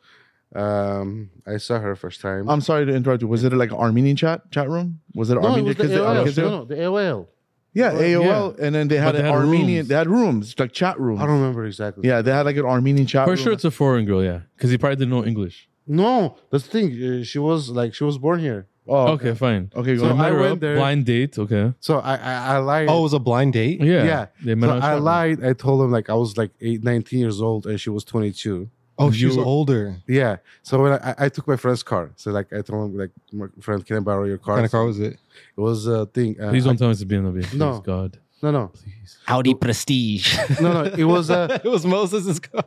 S2: um I saw her first time.
S3: I'm sorry to interrupt you. Was it like an Armenian chat chat room? Was it Armenian?
S2: was the
S3: 'cause they-
S2: AOL.
S3: because they-
S2: No, no, the AOL.
S3: Yeah,
S1: Well,
S3: AOL, and then they had
S1: But they
S3: an
S1: had
S3: Armenian.
S1: rooms.
S3: They had rooms, like chat rooms.
S2: I don't remember exactly.
S3: Yeah, they had like an Armenian
S2: Uh,
S3: chat.
S1: For
S3: room.
S1: sure, it's a foreign girl. Yeah, because he probably didn't know English.
S2: No, that's the thing. uh, She was like she was born here.
S3: Oh, okay.
S1: Okay, fine.
S3: Okay, go
S2: So
S1: They
S3: on.
S1: met
S2: I
S1: her
S2: went
S1: up,
S2: there-
S1: Blind date. Okay.
S2: So I I, I lied.
S4: Oh, it was a blind date.
S1: Yeah.
S2: Yeah.
S1: They met
S2: so
S1: on
S2: I
S1: Saturday.
S2: lied. I told him like I was like eight, 19 years old, and she was twenty two.
S4: Oh, she was
S1: You-
S4: older.
S2: Yeah. So when I, I took my friend's car, so like I told him like my friend, can I borrow your car?
S4: What kind of car was it?
S2: It was a thing. Uh,
S1: Please
S2: I-
S1: don't tell me it's a BMW. Please,
S2: No.
S1: God.
S2: no, no,
S1: Please.
S8: Audi Prestige.
S2: no, no. It was a
S4: it was Moses' car.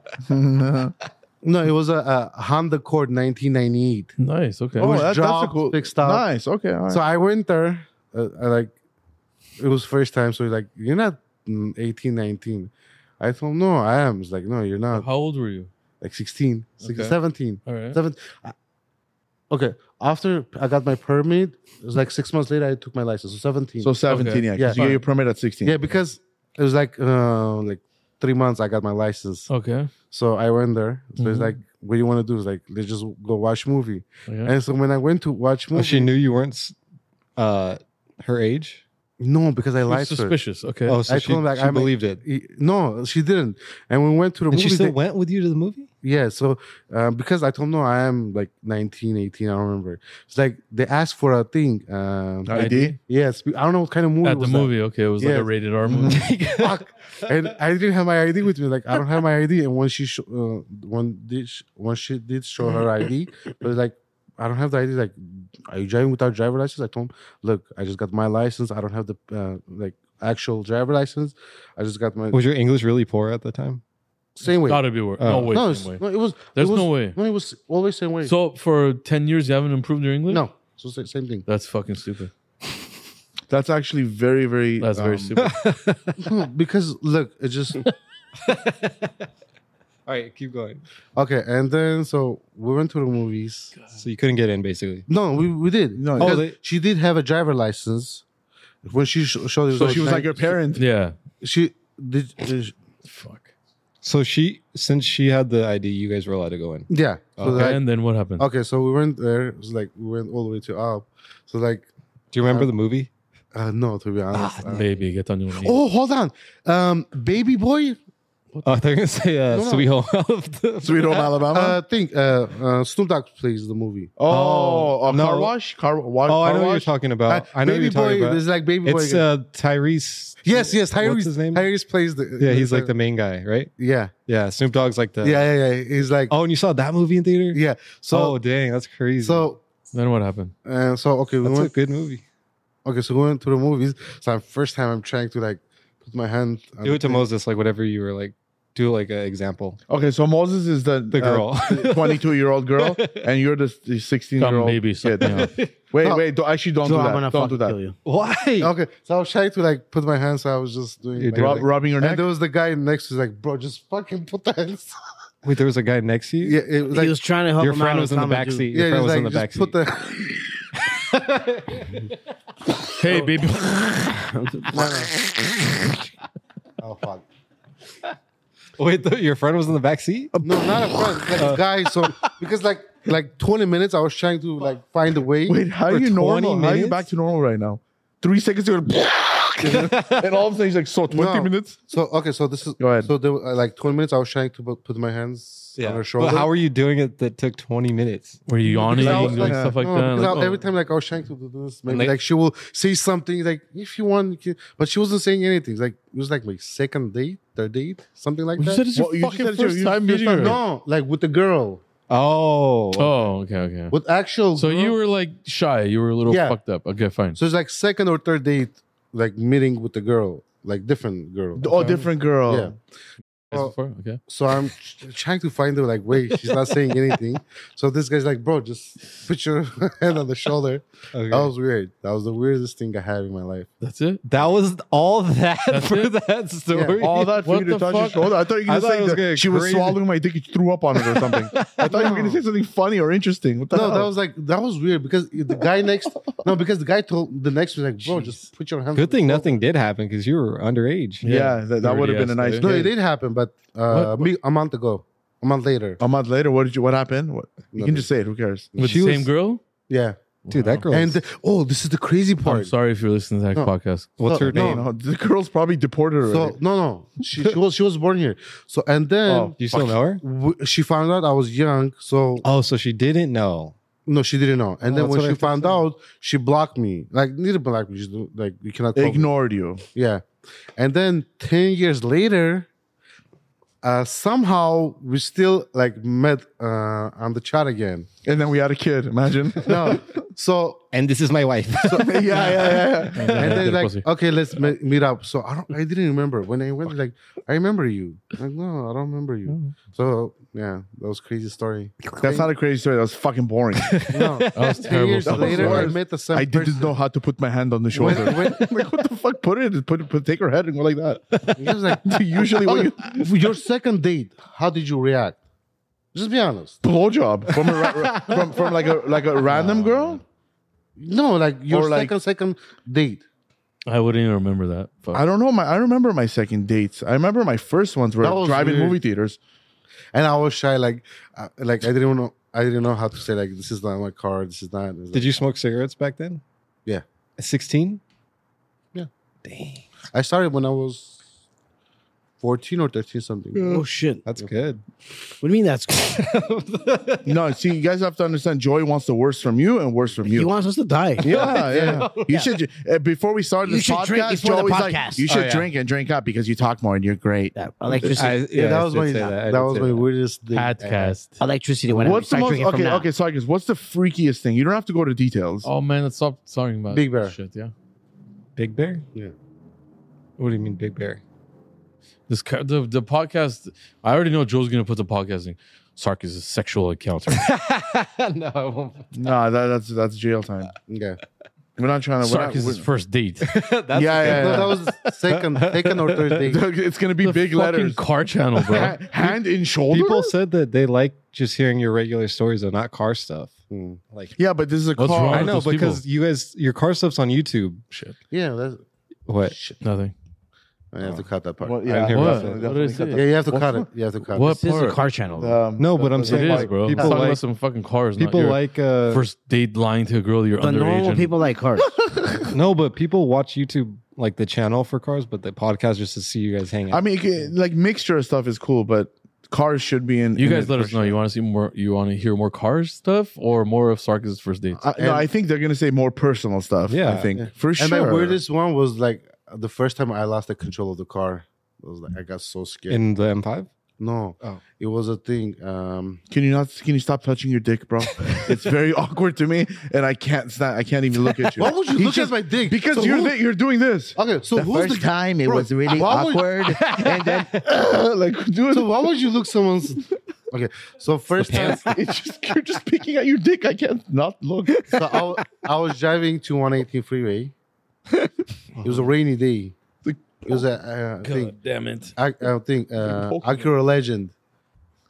S2: no. It was a, a Honda Accord nineteen ninety eight.
S1: Nice. Okay.
S3: oh,
S2: was
S3: that, that's a
S2: dropped,
S3: cool.
S2: fixed up.
S3: Nice. Okay. All right.
S2: So I went there. Uh, I like it was first time. So he's like, you're not mm, 18, 19. I told him, no, I am. He's like, no, you're not.
S1: How old were you?
S2: Like 16, six-
S1: Okay.
S2: 17.
S1: All right.
S2: Seven- I- okay. After I got my permit, it was like six months later, I took my license. So 17.
S3: so 17, yeah. 'cause
S2: Yeah.
S3: you get your permit at 16.
S2: yeah, because it was like, uh, like three months I got my license.
S1: Okay.
S2: So I went there. So
S1: Mhm.
S2: it's like, what do you want to do? It's like, let's just go watch movie.
S1: Yeah.
S2: And so when I went to watch movie,
S4: Oh, she knew you weren't s- uh, her age.
S2: no, because I lied
S1: It's
S2: to her.
S1: suspicious. Okay.
S4: Oh, so
S2: I
S4: she,
S2: told him, like,
S4: she
S2: I'm a-
S4: believed it.
S2: He- No, she didn't. And we went to the
S4: And
S2: movie.
S4: she still
S2: they-
S4: went with you to the movie?
S2: yeah, so uh, because I told them, no, I am like 19, 18, I don't remember. It's like they asked for a thing. Um,
S3: ID.
S2: yes, I don't know what kind of movie.
S1: At the
S2: was that.
S1: movie. Okay. It was like
S2: Yeah. Mm-hmm.
S1: a rated
S4: Oh
S1: R movie.
S2: Fuck. And I didn't have my ID with me. Like I don't have my ID. And when she sho- uh, when did sh- when she did show her ID, it was like I don't have the ID. Like are you driving without driver license? I told him, look, I just got my license. I don't have the uh, like actual driver license. I just got my
S4: Was your English really poor at the time?
S2: same way. Uh,
S1: Gotta be worse.
S4: Oh.
S1: No way. same
S2: no, it's-
S1: way.
S2: no, it was.
S1: There's
S2: it was,
S1: no way.
S2: No, it was always same way.
S1: So for ten years you haven't improved your English?
S2: no, so sa- same thing.
S1: That's fucking stupid.
S3: That's actually very, very.
S1: That's very
S3: um,
S1: stupid.
S2: No, because look, it just
S4: All right, keep going.
S2: okay. And then so we went to the movies.
S4: So you couldn't get in, basically.
S2: No, we, we did.
S3: No,
S2: Because
S4: Oh, they-
S2: she did have a driver license when she sh- showed. it
S3: So she was like your parent.
S1: yeah.
S2: She did. uh, sh-
S1: Fuck.
S4: So she, since she had the ID, you guys were allowed to go in.
S2: yeah. So
S4: Okay.
S2: like-
S1: and then what happened?
S2: okay. So we went there. It was like we went all the way to up. So like
S4: Do you remember the movie?
S2: uh, no, to be
S1: Ah,
S2: honest. uh,
S1: Baby, get on your knees.
S2: oh, hold on. Um, baby boy.
S4: Oh, they're gonna say uh,
S2: No, no.
S4: Sweet Home Alabama.
S3: Sweet Home Alabama.
S2: Uh, think uh, uh, Snoop Dogg plays the movie.
S3: oh, a
S4: no.
S3: car wash. Car, wa-
S4: Oh, I
S3: car
S4: know what you're
S3: wash.
S4: talking about.
S2: Uh,
S4: I know what
S2: baby
S4: you're talking
S2: boy.
S4: about.
S2: It's like baby boy.
S4: It's uh, Tyrese.
S2: yes, yes. Tyrese.
S4: What's his name?
S2: Tyrese plays the.
S4: Yeah, he's
S2: the-
S4: like the main guy, right?
S2: Yeah,
S4: Yeah, Snoop Dogg's like the.
S2: yeah, yeah, yeah. He's like,
S4: Oh, and you saw that movie in theater?
S2: yeah.
S4: oh,
S2: So,
S4: dang, that's crazy.
S2: so,
S1: Then what happened?
S2: uh, so okay, we
S4: that's a
S2: went.
S4: good movie.
S2: Okay, so we went to the movies. So I'm- first time I'm trying to like put my hand. on
S4: Do
S2: the
S4: it to
S2: thing.
S4: Moses, like whatever you were like. Do like an example.
S3: Okay, so Moses is the
S2: Uh,
S4: The girl.
S3: 22 year old girl, and you're the 16 year
S1: Some
S3: old
S1: baby.
S3: kid.
S1: something else.
S3: Wait,
S2: No.
S3: wait, do, actually, don't
S5: So
S3: do
S5: I'm
S3: that.
S5: gonna
S3: Don't
S5: fucking
S3: do that.
S5: kill you.
S4: Why?
S2: Okay, so I was trying to like put my hand, so I was just doing.
S4: You
S2: like-
S4: do
S3: Rub,
S4: Really?
S3: rubbing your
S2: and
S3: neck.
S2: there was the guy next to us, like, bro, just fucking put the hands.
S4: Wait, there was a guy next to you.
S2: yeah, it was like,
S5: he was trying to help
S4: Your
S5: him out.
S4: friend
S5: on
S4: was in the
S5: Comic
S4: back
S5: Dude.
S4: seat.
S2: yeah,
S4: Your
S2: he
S4: friend
S2: was
S4: was in
S2: like,
S4: the back
S2: just
S4: seat.
S2: put the.
S1: hey, baby.
S2: oh fuck.
S4: Wait, th- your friend was in the back seat.
S2: No, not a friend,
S3: Uh.
S2: like a guy. So because like like twenty minutes, I was trying to like find a way.
S3: Wait, how are
S4: For
S3: you
S4: 20
S3: normal? How are you
S4: minutes?
S3: back to normal right now? Three seconds ago, and all of a sudden he's like, so 20
S2: No.
S3: minutes?
S2: So okay, so this is
S3: Go ahead.
S2: So there, were, uh, like twenty minutes, I was trying to put put my hands on her shoulder.
S4: But how are you doing it that took 20 minutes?
S1: Were you yawning
S2: Because I was
S1: and
S2: like-
S1: stuff like
S2: No,
S1: that?
S2: because
S1: Like, oh.
S2: I- every time like I was trying to do this, maybe
S4: they-
S2: like she will say something like if you want, you can, but she wasn't saying anything. Like it was like my second date, third date, something like
S1: you
S2: that.
S1: said it's your
S3: Well, you just
S1: fucking
S3: said it's your-
S1: first
S3: you
S1: time
S3: just
S1: meeting her.
S2: no, like with the girl,
S4: Oh,
S1: Oh, okay, okay.
S2: with actual.
S1: So
S2: girl.
S1: you were like shy. You were a little
S2: Yeah.
S1: fucked up. Okay, fine.
S2: So it's like second or third date, like meeting with the girl, like different girl.
S3: Oh, different girl.
S2: Yeah.
S1: As
S2: well-
S1: before? Okay.
S2: So I'm tr- trying to find her like wait, she's not saying anything. So this guy's like, bro, just put your hand on the shoulder.
S4: okay.
S2: That was weird. That was the weirdest thing I had in my life.
S1: That's it.
S4: that was all that
S1: That's
S4: for
S1: it?
S4: that story.
S3: All that for
S1: What
S3: you to
S1: the
S3: touch
S1: fuck?
S3: your shoulder. I thought you
S4: I
S3: were
S4: thought it
S3: going
S4: was
S3: to say
S4: gonna
S3: that she was
S4: crazy.
S3: swallowing my dick, you threw up on it or something. I thought you were going to say something funny or interesting. What the
S2: No,
S3: hell?
S2: that was like that was weird because the guy next no because the guy told the next was like bro just put your hand.
S4: Good thing nothing did happen because you were underage.
S3: yeah,
S1: Yeah.
S3: that, that would have been a nice
S1: Dirty ass
S2: eh? No, it
S3: kid.
S2: did happen, but uh, me a month ago, a month later.
S3: A month later, what did you? What happened? What, you
S2: Nothing.
S3: can just say it. Who cares?
S1: With
S4: She
S1: the
S4: was-
S1: same girl?
S2: Yeah,
S4: Dude, that girl.
S2: and oh, this is the crazy
S1: I'm
S2: part.
S1: sorry if you're listening to that
S2: No.
S1: podcast.
S4: what's
S2: no,
S4: her
S2: Oh, no,
S4: name?
S3: No, the girl's probably deported already.
S2: So no, no, she, she was she was born here. So and then
S3: Oh.
S4: You still know her?
S2: w- she found out I was young. So
S4: Oh, so she didn't know.
S2: no, she didn't know. And then
S4: Oh, that's
S2: when
S4: what I
S2: she
S4: thought
S2: found
S4: so.
S2: out, she blocked me. Like neither blocked me. She's like you cannot call me.
S3: Ignored you.
S2: Yeah, and then ten years later, uh, somehow we still like met uh, on the chat again.
S3: And then we had a kid. Imagine.
S2: No, so
S4: And this is my wife.
S3: yeah, yeah, yeah, yeah.
S2: and
S1: Yeah,
S2: then like
S1: pussy.
S2: okay, let's me- meet up. So I don't, I didn't remember when I went. Like I remember you. Like no, I don't remember
S1: Mm.
S2: you. So yeah, that was crazy story.
S3: That's not a crazy story. That was fucking boring.
S2: No,
S1: was
S2: ten
S1: terrible
S2: years
S1: story.
S2: later, I
S3: Worse.
S2: met the same.
S3: I didn't
S2: person.
S3: know how to put my hand on the shoulder.
S2: When-
S3: like what the fuck? Put it. Put, put take her head and go like that.
S2: He was like,
S3: Usually, when you
S2: your second date, how did you react? Just be honest.
S3: blowjob from a ra- ra- from from like a like a random girl.
S2: No, like your
S3: Or, like-
S2: second second date.
S1: I wouldn't even remember that. Fuck.
S3: I don't know. My I remember my second dates. I remember my first ones were
S2: That was
S3: driving
S2: weird.
S3: movie theaters.
S2: And I was shy, like, uh, like I didn't know, I didn't know how to say, like, this is not my car, this is not.
S4: Did you smoke cigarettes back then?
S2: Yeah.
S4: At 16?
S2: Yeah.
S4: Dang.
S2: I started when I was fourteen or thirteen, something.
S5: Oh shit!
S4: That's good.
S5: What do you mean that's?
S3: No, see, you guys have to understand. Joy wants the worst from you and worst from you.
S5: he wants us to die.
S3: yeah, yeah. You should uh, before we started
S5: You
S3: this
S5: should drink
S3: podcast.
S5: before the
S3: Joey's like,
S5: podcast.
S3: you should
S4: Oh, yeah.
S3: drink and drink up because you talk more and you're great.
S5: That electricity.
S2: Yeah, that was
S4: I
S2: my
S4: did say I
S2: that,
S4: did
S2: was
S4: say
S2: my
S4: that.
S2: weirdest date.
S1: Podcast.
S5: electricity. Whatever.
S3: what's the
S5: Start
S3: most
S5: drinking from
S3: okay?
S5: now.
S3: Okay, Sarkis, what's the freakiest thing? You don't have to go to details.
S1: Oh man, let's stop talking about
S2: Big Bear.
S1: Shit, yeah.
S4: Big Bear?
S2: Yeah.
S4: What do you mean, Big Bear?
S1: This ca- the the podcast. I already know Joe's gonna put the podcasting. Sark is a sexual encounter.
S4: no, I won't.
S3: No, that, that's that's jail time.
S2: Yeah,
S3: We're not trying to. We're
S1: Sark
S3: not,
S1: is his
S3: we're,
S1: first date.
S4: That's
S3: yeah,
S2: no,
S3: yeah, yeah.
S2: that was second, second or third date.
S3: it's gonna be
S1: The
S3: big
S1: fucking
S3: letters.
S1: Car channel, bro.
S3: Ha- Hand in shoulder.
S4: People said that they like just hearing your regular stories, though, not car stuff.
S2: Hmm.
S4: Like,
S3: yeah, but this is a
S1: What's
S3: car.
S1: wrong
S4: I
S1: with
S4: know
S1: those people?
S4: because you guys, your car stuff's on YouTube.
S1: shit.
S2: Yeah, that's,
S4: What?
S1: Nothing.
S2: I have to cut that part.
S3: Well,
S4: I didn't hear
S1: What?
S4: nothing.
S1: What did I say?
S2: Yeah, you have to
S3: What's
S2: cut
S3: the-
S2: it. You have to cut
S1: What
S5: This is a
S1: part?
S5: car channel. though.
S3: Um,
S4: No, but I'm
S3: the-
S1: It
S4: saying-
S1: is,
S4: Like,
S1: bro.
S4: people
S1: People talking
S4: like-
S1: about some fucking cars. not
S4: People
S1: your
S4: like uh,
S1: first date lying to a girl you're
S5: but
S1: underage.
S5: normal
S1: and-
S5: people like cars.
S4: no, but people watch YouTube like the channel for cars, but the podcast just to see you guys hang out.
S3: I mean, it can- like mixture of stuff is cool, but cars should be in.
S1: You
S3: in
S1: guys
S3: it
S1: let
S3: for
S1: us know.
S3: sure.
S1: You want to see more? You want to hear more cars stuff or more of Sark's first dates?
S3: I, no,
S2: And-
S3: I think they're gonna say more personal stuff.
S4: Yeah.
S3: I think
S2: Yeah.
S3: for
S2: And
S3: sure.
S2: my weirdest one was like the first time I lost the control of the car. I was like, I got so scared.
S4: in the M5.
S2: No,
S4: Oh.
S2: it was a thing. Um,
S3: Can you not? Can you stop touching your dick, bro? it's very awkward to me, and I can't. Stand, I can't even look at you.
S2: why would you
S3: He
S2: look
S3: just-
S2: at my dick?
S3: Because
S2: So
S3: you're
S2: who-
S3: thi- you're doing this.
S2: okay. So
S8: the
S2: who's
S8: first
S2: the
S8: time it
S2: bro,
S8: was really
S2: why would-
S8: awkward, and then
S3: like do it.
S2: So why would you look someone's? Okay, so first time
S3: it's just you're just picking at your dick. I can't not look.
S2: so I, wa- I was driving to 118 freeway. It was a rainy day. It was a uh, thing.
S1: damn it.
S2: I, I think uh,
S3: Pokemon.
S2: Acura Legend.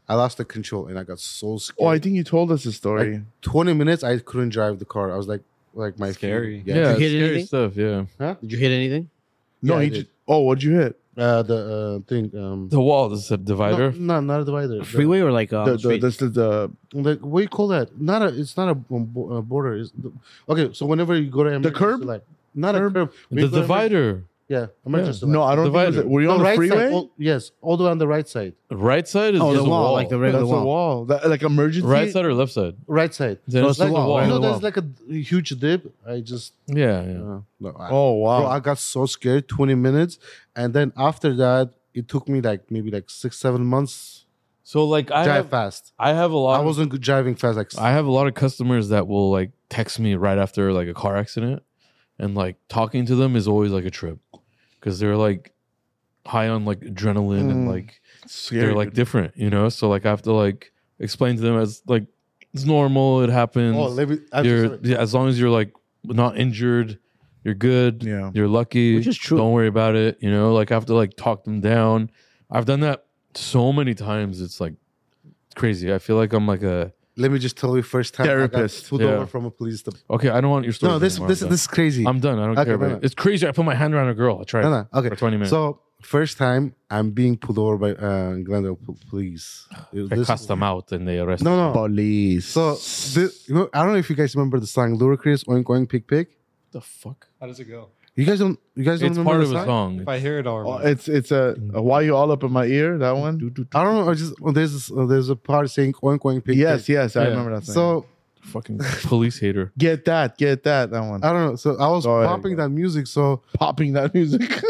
S2: I lost the control and I got so scared.
S3: Oh, I think you told us the story.
S2: Like, 20 minutes I couldn't drive the car. I was like, like my
S4: Scary.
S2: Yeah.
S1: Yeah,
S5: Did you hit
S1: scary
S5: anything?
S1: stuff. Yeah,
S5: Did you hit anything?
S3: no,
S2: yeah, I
S3: he
S2: did.
S3: just. Oh, what'd you hit?
S2: Uh, the uh, thing. Um,
S1: the wall. This is a divider.
S2: No, no, not a divider. The-
S5: Freeway or like uh,
S3: The, the,
S5: street?
S3: this is the
S2: like what do you call that? Not a. It's not a um, bo- uh, border. It's the, okay. So whenever you go to emergency
S3: curb?
S2: light, not a
S3: Curb?
S2: curb. When
S1: The
S2: you go to emer-
S1: divider.
S2: yeah, emergency light.
S3: no. I don't think. it was-
S1: Divider.
S3: Were you
S2: No,
S3: on the
S2: right
S3: freeway?
S2: Side, all, yes, all the way on the right side.
S1: Right side is
S5: oh,
S1: just
S5: the
S1: a
S5: wall,
S1: wall.
S5: like the
S3: That's
S5: regular
S3: the
S5: wall.
S3: wall. That, like emergency.
S1: right side or left side?
S2: Right side.
S1: Then
S5: No,
S1: it's
S5: it's
S1: like
S5: the
S1: the
S5: wall,
S1: wall.
S5: right?
S2: You know,
S5: the
S2: there's
S5: wall.
S2: like a huge dip. I just
S1: Yeah, yeah.
S2: uh, no. I,
S3: Oh wow.
S2: Bro, I got so scared. Twenty minutes, and then after that, it took me like maybe like six, seven months.
S1: So like I
S2: drive
S1: have,
S2: fast.
S1: I have a lot.
S2: I
S1: of-
S2: wasn't good driving fast. Like
S1: I have a lot of customers that will like text me right after like a car accident, and like talking to them is always like a trip because they're like high on like adrenaline and
S3: Mm.
S1: like
S3: Scary.
S1: they're like different, you know. So like I have to like explain to them as like it's normal, it happens.
S2: oh, let me. I'm so
S1: you're
S2: sorry.
S1: yeah, as long as you're like not injured, you're good,
S3: Yeah.
S1: you're lucky.
S5: Which is true.
S1: Don't worry about it. You know, like I have to like talk them down. I've done that so many times. It's like it's crazy. I feel like I'm like a
S2: let me just tell you first time.
S3: Therapist.
S2: I got pulled
S1: Yeah.
S2: over from a police department.
S1: Okay, I don't want your story.
S2: No, this
S1: anymore.
S2: this
S1: I'm
S2: this is crazy.
S1: done. I'm done. I don't
S2: Okay,
S1: care
S2: no,
S1: about
S2: no.
S1: it. It's crazy. I put my hand around a girl. I tried
S2: no, no.
S1: for
S2: Okay.
S1: 20 minutes.
S2: So first time I'm being pulled over by uh, Glendale po- police. It-
S1: I
S2: this-
S1: cussed them out and they arrested.
S2: No, no.
S3: Police.
S2: So the, you know, I don't know if you guys remember the song Ludacris Oink Oink Pick Pick.
S1: the fuck?
S4: How does it go?
S2: You guys don't. You guys don't
S1: It's
S2: remember
S1: part of
S2: the
S1: a
S2: song?
S1: song.
S4: If I hear it, all
S3: Oh, it's it's a, a why you all up in my ear that one.
S2: I don't know. I just oh, there's this, uh, there's a part saying oink oink pick.
S3: Yes,
S2: pick.
S3: yes, I
S1: Yeah.
S3: remember that. Thing.
S2: So
S1: Fucking police hater.
S3: get that, get that, that one.
S2: I don't know. So I was
S3: Go ahead,
S2: popping
S3: go.
S2: that music. So
S3: popping that music.
S1: Ah,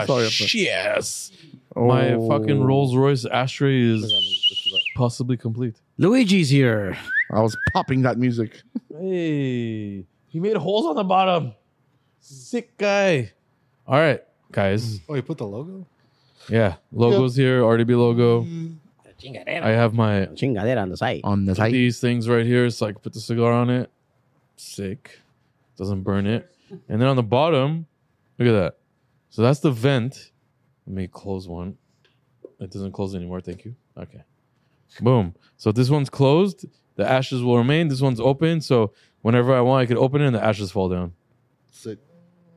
S3: I'm sorry, I'm sorry.
S1: yes. My
S3: Oh.
S1: fucking Rolls Royce ashtray is possibly complete.
S5: Luigi's here.
S3: I was popping that music.
S1: Hey, he made holes on the bottom. Sick guy. All right, guys.
S4: Oh, you put the logo?
S1: Yeah, logos here. RDB logo. I have my
S5: Chingadera on the side.
S8: on the
S1: put
S8: side.
S1: these things right here so I can put the cigar on it. Sick. Doesn't burn it. And then on the bottom, look at that. So that's the vent. Let me close one. It doesn't close anymore. Thank you. Okay. Boom. So this one's closed. The ashes will remain. This one's open. So whenever I want, I could open it and the ashes fall down.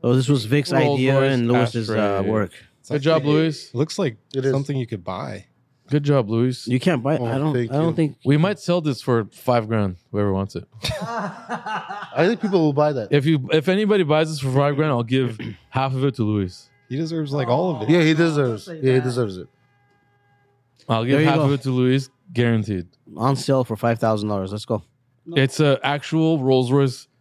S5: Oh, this was Vic's
S1: Rolls
S5: idea
S1: Royce
S5: and Lewis's uh,
S1: ashtray.
S5: work.
S1: Good job, Luis.
S4: It looks like
S2: It is.
S4: something you could buy.
S1: Good job, Luis.
S5: You can't buy.
S2: Oh,
S5: I don't.
S2: thank
S5: I don't
S2: you.
S5: think.
S1: We might sell this for five grand, whoever wants it.
S2: I think people will buy that.
S1: If you if anybody buys this for five grand, I'll give half of it to Luis.
S4: He deserves like all of it.
S2: Yeah, he deserves. Yeah, he deserves it.
S1: I'll give
S5: There you
S1: half
S5: go.
S1: of it to Luis, guaranteed.
S5: On sale for five thousand dollars. Let's go.
S1: It's an actual Rolls Royce.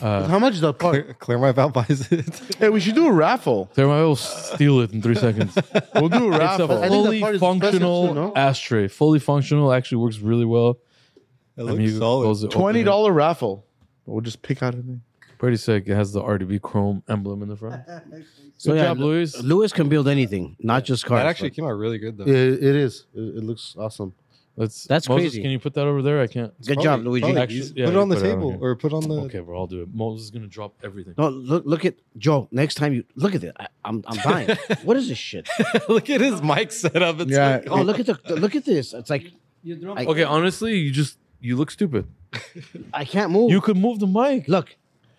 S1: Uh,
S2: How much is that part?
S4: Clear, clear my valve buys it.
S3: Hey, we should do a raffle.
S1: Thermite will steal it in three seconds. It's
S3: We'll do a
S1: a
S3: raffle.
S2: I think that
S1: fully
S2: part is expensive
S1: functional
S2: too, no?
S1: ashtray. Fully functional, actually works really well.
S4: It
S1: I mean,
S4: looks
S1: you
S4: solid.
S1: close it, open
S3: Twenty
S1: it.
S3: dollar raffle. We'll just pick out a thing.
S1: Pretty sick. It has the RDB Chrome emblem in the front.
S5: So
S1: Good
S5: yeah,
S1: job, Luis.
S5: Lewis can build anything, not just cars.
S4: That actually came out really good though.
S2: Yeah, it it is. It, it looks awesome.
S1: Let's,
S5: That's
S1: Moses,
S5: crazy.
S1: Can you put that over there? I can't.
S5: but- good job, Luigi.
S1: probably-
S4: Actually,
S1: Actually, yeah,
S4: put it
S1: you
S4: on the
S1: put it on
S4: table
S1: here.
S4: or put on the.
S1: Okay, bro, I'll do it. Moses is gonna drop everything.
S5: No, look, look at Joe. Next time you look at it, I, I'm, I'm dying. what is this shit?
S4: look at his mic setup. It's
S3: Yeah.
S4: like,
S5: Oh, look at the look at this. It's like I-
S1: Okay, honestly, you just you look stupid.
S5: I can't move.
S1: You could move the mic.
S5: look.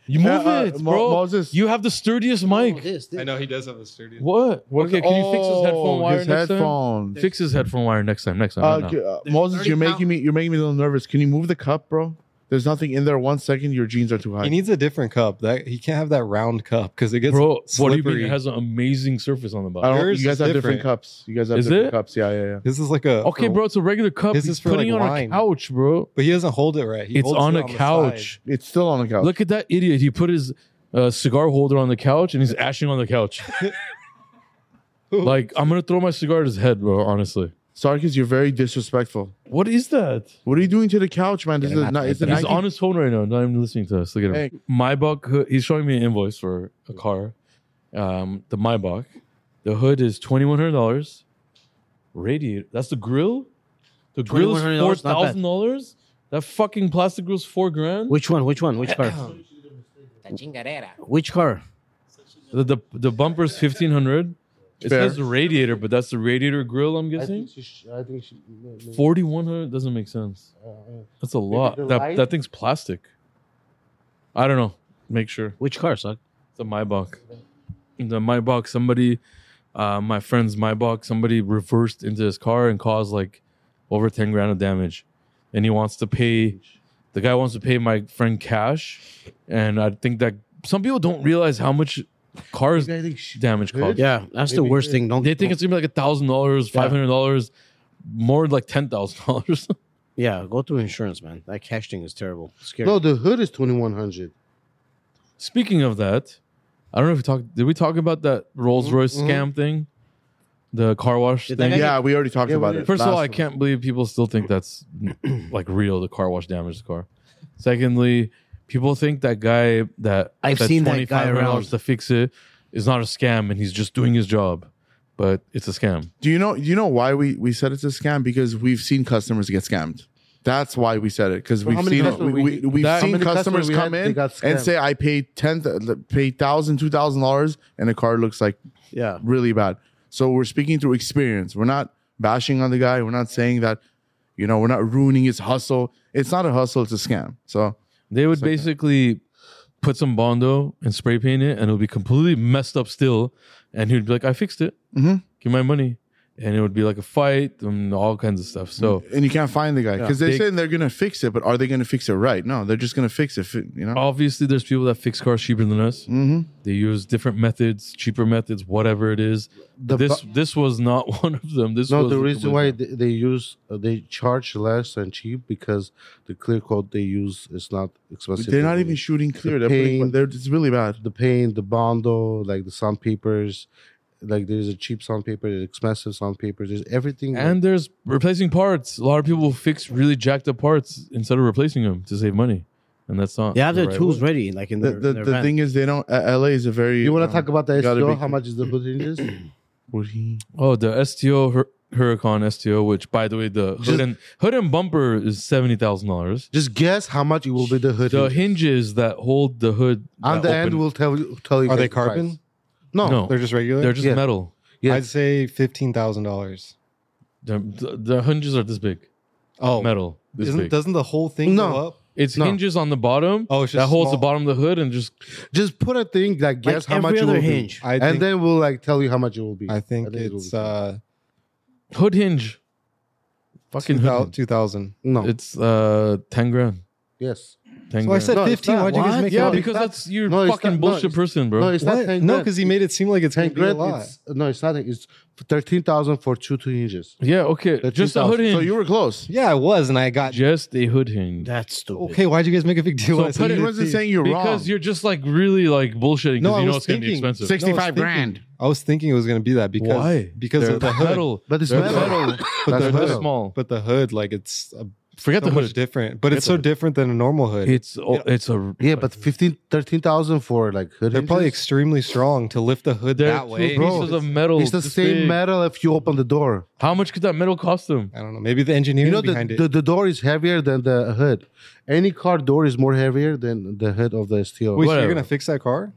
S1: You move
S3: Yeah, uh,
S1: it,
S3: Mo-
S1: bro.
S3: Moses.
S1: You have the sturdiest mic.
S5: Oh, this, this.
S4: I know he does have a studio.
S1: What? okay, can you fix his headphone
S3: Oh,
S1: wire
S3: his
S1: next
S3: headphones.
S1: time? Fix his headphone wire next time. Next time.
S3: Uh,
S1: not now.
S3: g- uh, Moses, you're making me you're making me a little nervous. Can you move the cup, bro? There's nothing in there. One second, your jeans are too high.
S4: He needs a different cup. That he can't have that round cup because it gets
S1: Bro, what do
S4: slippery.
S1: you mean? It has an amazing surface on the
S3: I
S1: bottom.
S3: don't,
S4: Yours
S3: you guys
S4: is
S3: have
S4: different.
S3: different cups. You guys have
S1: Is
S3: different
S1: it?
S3: cups. Yeah, yeah, yeah.
S4: this is like a
S1: Okay, bro, it's a regular cup.
S4: This
S1: He's
S4: is for,
S1: putting
S4: like,
S1: it on
S4: wine.
S1: a couch, bro.
S4: But he doesn't hold it right. He
S1: It's
S4: holds
S1: on
S4: it
S1: a
S4: the
S1: couch.
S3: It's still on the couch.
S1: Look at that idiot. He put his uh, cigar holder on the couch and he's ashing on the couch.
S4: side.
S1: Like I'm gonna throw my cigar at his head, bro. Honestly,
S3: Sarkis, you're very disrespectful.
S1: what is that?
S3: What are you doing to the couch, man? This
S4: Get him
S3: is
S4: out
S3: not.
S4: there.
S3: It's a
S1: He's
S3: Nike-
S1: on his phone right now. Not even listening to us. Look at him.
S3: Hey.
S1: Maybach. hood- He's showing me an invoice for a car. Um, the Maybach. The hood is twenty one hundred dollars. Radiator. That's the grill. The grill is four
S5: $2,100, not bad.
S1: thousand dollars. That fucking plastic grill's four grand.
S5: Which one? Which one? Which car? Which car?
S1: The the, the bumper's fifteen hundred. It
S3: Fair.
S1: says radiator, but that's the radiator grill. I'm
S2: I
S1: guessing.
S2: think she. sh- I think she.
S1: Forty one hundred doesn't make sense.
S2: uh, uh,
S1: That's a lot.
S2: the
S1: That
S2: light-
S1: that thing's plastic. I don't know. Make sure.
S5: Which car, suck?
S1: The Maybach. The Maybach, somebody, uh, my friend's Maybach, somebody reversed into his car and caused like over 10 grand of damage. And he wants to pay, the guy wants to pay my friend cash. And I think that some people don't realize how much cars
S2: I think she.
S1: damage costs.
S5: Yeah, that's the
S2: Maybe-
S5: worst thing. Don't
S1: They think it's gonna be like a thousand dollars,
S5: Yeah.
S1: five hundred dollars, more like ten thousand dollars.
S5: Yeah, go through insurance, man. That cash thing is terrible. Scary.
S2: No, the hood is twenty one hundred.
S1: Speaking of that, I don't know if we talked. Did we talk about that Rolls Royce
S5: Mm-hmm.
S2: Mhm.
S1: scam thing, the car wash
S5: Did that
S1: thing?
S5: guy
S3: Yeah, we already talked
S2: Yeah,
S3: about
S2: we
S3: it.
S2: did.
S1: First of all,
S3: last
S1: I
S3: time.
S1: can't believe people still think that's like real. The car wash damaged the car. Secondly, people think that guy that
S5: I've seen that guy
S1: $2,500
S5: around.
S1: to fix it is not a scam and he's just doing his job, but it's a scam.
S3: Do you know? You know why we we said it's a scam? Because we've seen customers get scammed. That's why we said it because
S2: But how
S3: we've
S2: many
S3: seen
S2: customers
S3: we,
S2: we-
S3: we, we've
S2: that- how
S3: seen
S2: many
S3: customers
S2: customers we
S3: come
S2: had, they
S3: in
S2: got
S3: and
S2: scammed?
S3: say I paid ten paid thousand two thousand dollars and the car looks like
S5: Yeah,
S3: really bad. So we're speaking through experience. We're not bashing on the guy. We're not saying that you know we're not ruining his hustle. It's not a hustle. It's a scam. So
S1: They would
S3: Second.
S1: basically put some bondo and spray paint it, and it'll be completely messed up still. And he would be like, "I fixed it.
S2: Mm-hmm.
S3: Mhm.
S1: Give my money." And it would be like a fight and all kinds of stuff. So,
S3: and you can't find the guy because
S1: Yeah.
S3: they're
S1: They-
S3: saying they're gonna fix it, but are they gonna fix it right? No, they're just gonna fix it. You know.
S1: obviously, there's people that fix cars cheaper than us.
S3: Mm-hmm.
S1: They use different methods, cheaper methods, whatever it is.
S2: The
S1: this
S2: bu-
S1: this was not one of them. This
S2: no,
S1: was
S2: the
S1: a
S2: reason
S1: complete-
S2: why they, they use uh, they charge less and cheap because the clear coat they use is not expensive.
S3: They're not
S2: They-
S3: even shooting clear.
S2: The
S3: They're putting,
S2: paint-
S3: they're, it's really bad.
S2: the paint, the bondo, like the sandpapers, like there's a cheap sandpaper, there's expensive sandpaper, there's everything.
S1: And there's replacing parts. A lot of people fix really jacked up parts instead of replacing them to save money, and that's not.
S5: they have
S1: the
S5: their
S1: right
S5: tools
S1: way.
S5: ready, like in
S3: The,
S5: their,
S3: the,
S5: their
S3: the
S5: van.
S3: thing is, they don't. uh, LA is a very.
S2: you want
S3: um,
S2: to talk about the
S3: gotta
S2: SEO?
S3: be-
S2: How much is the hood hinges?
S3: Would he?
S1: Oh, the STO Hur- Huracan STO, which by the way, the hood
S2: Just-
S1: and hood and bumper is seventy thousand dollars.
S2: Just guess how much it will be the hood.
S1: The
S2: hinges.
S1: hinges that hold the hood
S2: On
S1: that
S2: the end,
S1: open,
S2: we'll tell you. Tell you
S4: Are
S2: guys
S4: they
S2: the price.
S4: carbon?
S2: No,
S1: No.
S4: They're just regular.
S1: they're just
S2: yeah.
S1: metal.
S2: yeah.
S4: I'd say fifteen thousand dollars.
S1: The, the- the hinges are this big,
S4: Oh,
S1: metal. This
S4: Isn't,
S1: big.
S4: doesn't the whole thing
S2: No.
S4: go up?
S1: it's
S2: no.
S1: hinges on the bottom.
S4: Oh, it's just
S1: that holds the
S4: small.
S1: bottom of the hood and just
S2: Just put a thing like
S5: like
S2: guess how
S5: every
S2: much it
S5: other
S2: will
S5: hinge.
S4: I
S2: be,
S4: think,
S2: and then we'll like tell you how much it will be.
S4: I think
S2: it will
S4: it's
S2: be.
S4: uh,
S1: hood hinge. Fucking hood. hinge.
S4: two thousand.
S2: no.
S1: It's uh ten grand.
S2: yes.
S1: Ten
S4: So I
S1: grand.
S4: said
S2: No, it's
S4: fifteen.
S2: not.
S4: Why'd you guys
S2: What?
S4: make
S1: yeah,
S4: it?
S1: because that's you're
S2: no, it's
S1: fucking
S2: not- no,
S1: bullshit
S2: it's-
S1: person, bro.
S2: No, it's not
S4: What?
S2: 10
S4: No,
S2: grand.
S4: because he made it seem like it's gonna
S2: ten
S4: be a
S2: grand.
S4: lot.
S2: It's, no, it's not. It's thirteen thousand for two two hinges.
S1: yeah, okay.
S2: The
S1: Just a hood
S2: 2000.
S1: hinge.
S3: So you were close.
S4: Yeah, I was, and I got.
S1: just a hood hinge.
S5: That's stupid.
S4: Okay, why'd you guys make a big
S1: So
S4: deal? when I said
S1: put it-
S3: He
S1: Dude,
S3: wasn't saying you're
S1: because
S3: wrong.
S1: you're just like really like bullshitting because
S4: No, I
S1: you know
S4: was
S1: it's going to be
S4: thinking-
S1: expensive.
S4: No, I was
S3: 65
S4: thinking-
S3: grand.
S4: I was thinking it was gonna be that because
S1: Why?
S4: because
S1: They're
S4: of the hood.
S1: metal.
S2: But it's
S1: They're
S2: metal.
S4: But
S2: That's
S4: the
S2: metal.
S4: hood,
S1: small.
S4: but the hood, like it's a,
S1: Forget
S4: so
S1: the
S4: much
S1: hood.
S4: different. But it's
S1: the
S4: so
S1: hood.
S4: different than a normal hood.
S1: It's oh, it's a
S2: Yeah, but 15, 13,000 for like hood
S4: They're probably
S2: hinges?
S4: extremely strong to lift the hood
S1: they're
S4: that
S1: two
S4: way.
S2: bro.
S1: pieces of metal.
S2: It's the
S1: this
S2: same
S1: big.
S2: metal if you open the door.
S1: How much could that metal cost them?
S4: I don't know. Maybe the engineering
S2: You know, the,
S4: behind
S2: the,
S4: it.
S2: the door is heavier than the hood. Any car door is more heavier than the hood of the steel.
S4: Wait, so
S1: whatever.
S4: you're gonna fix that car?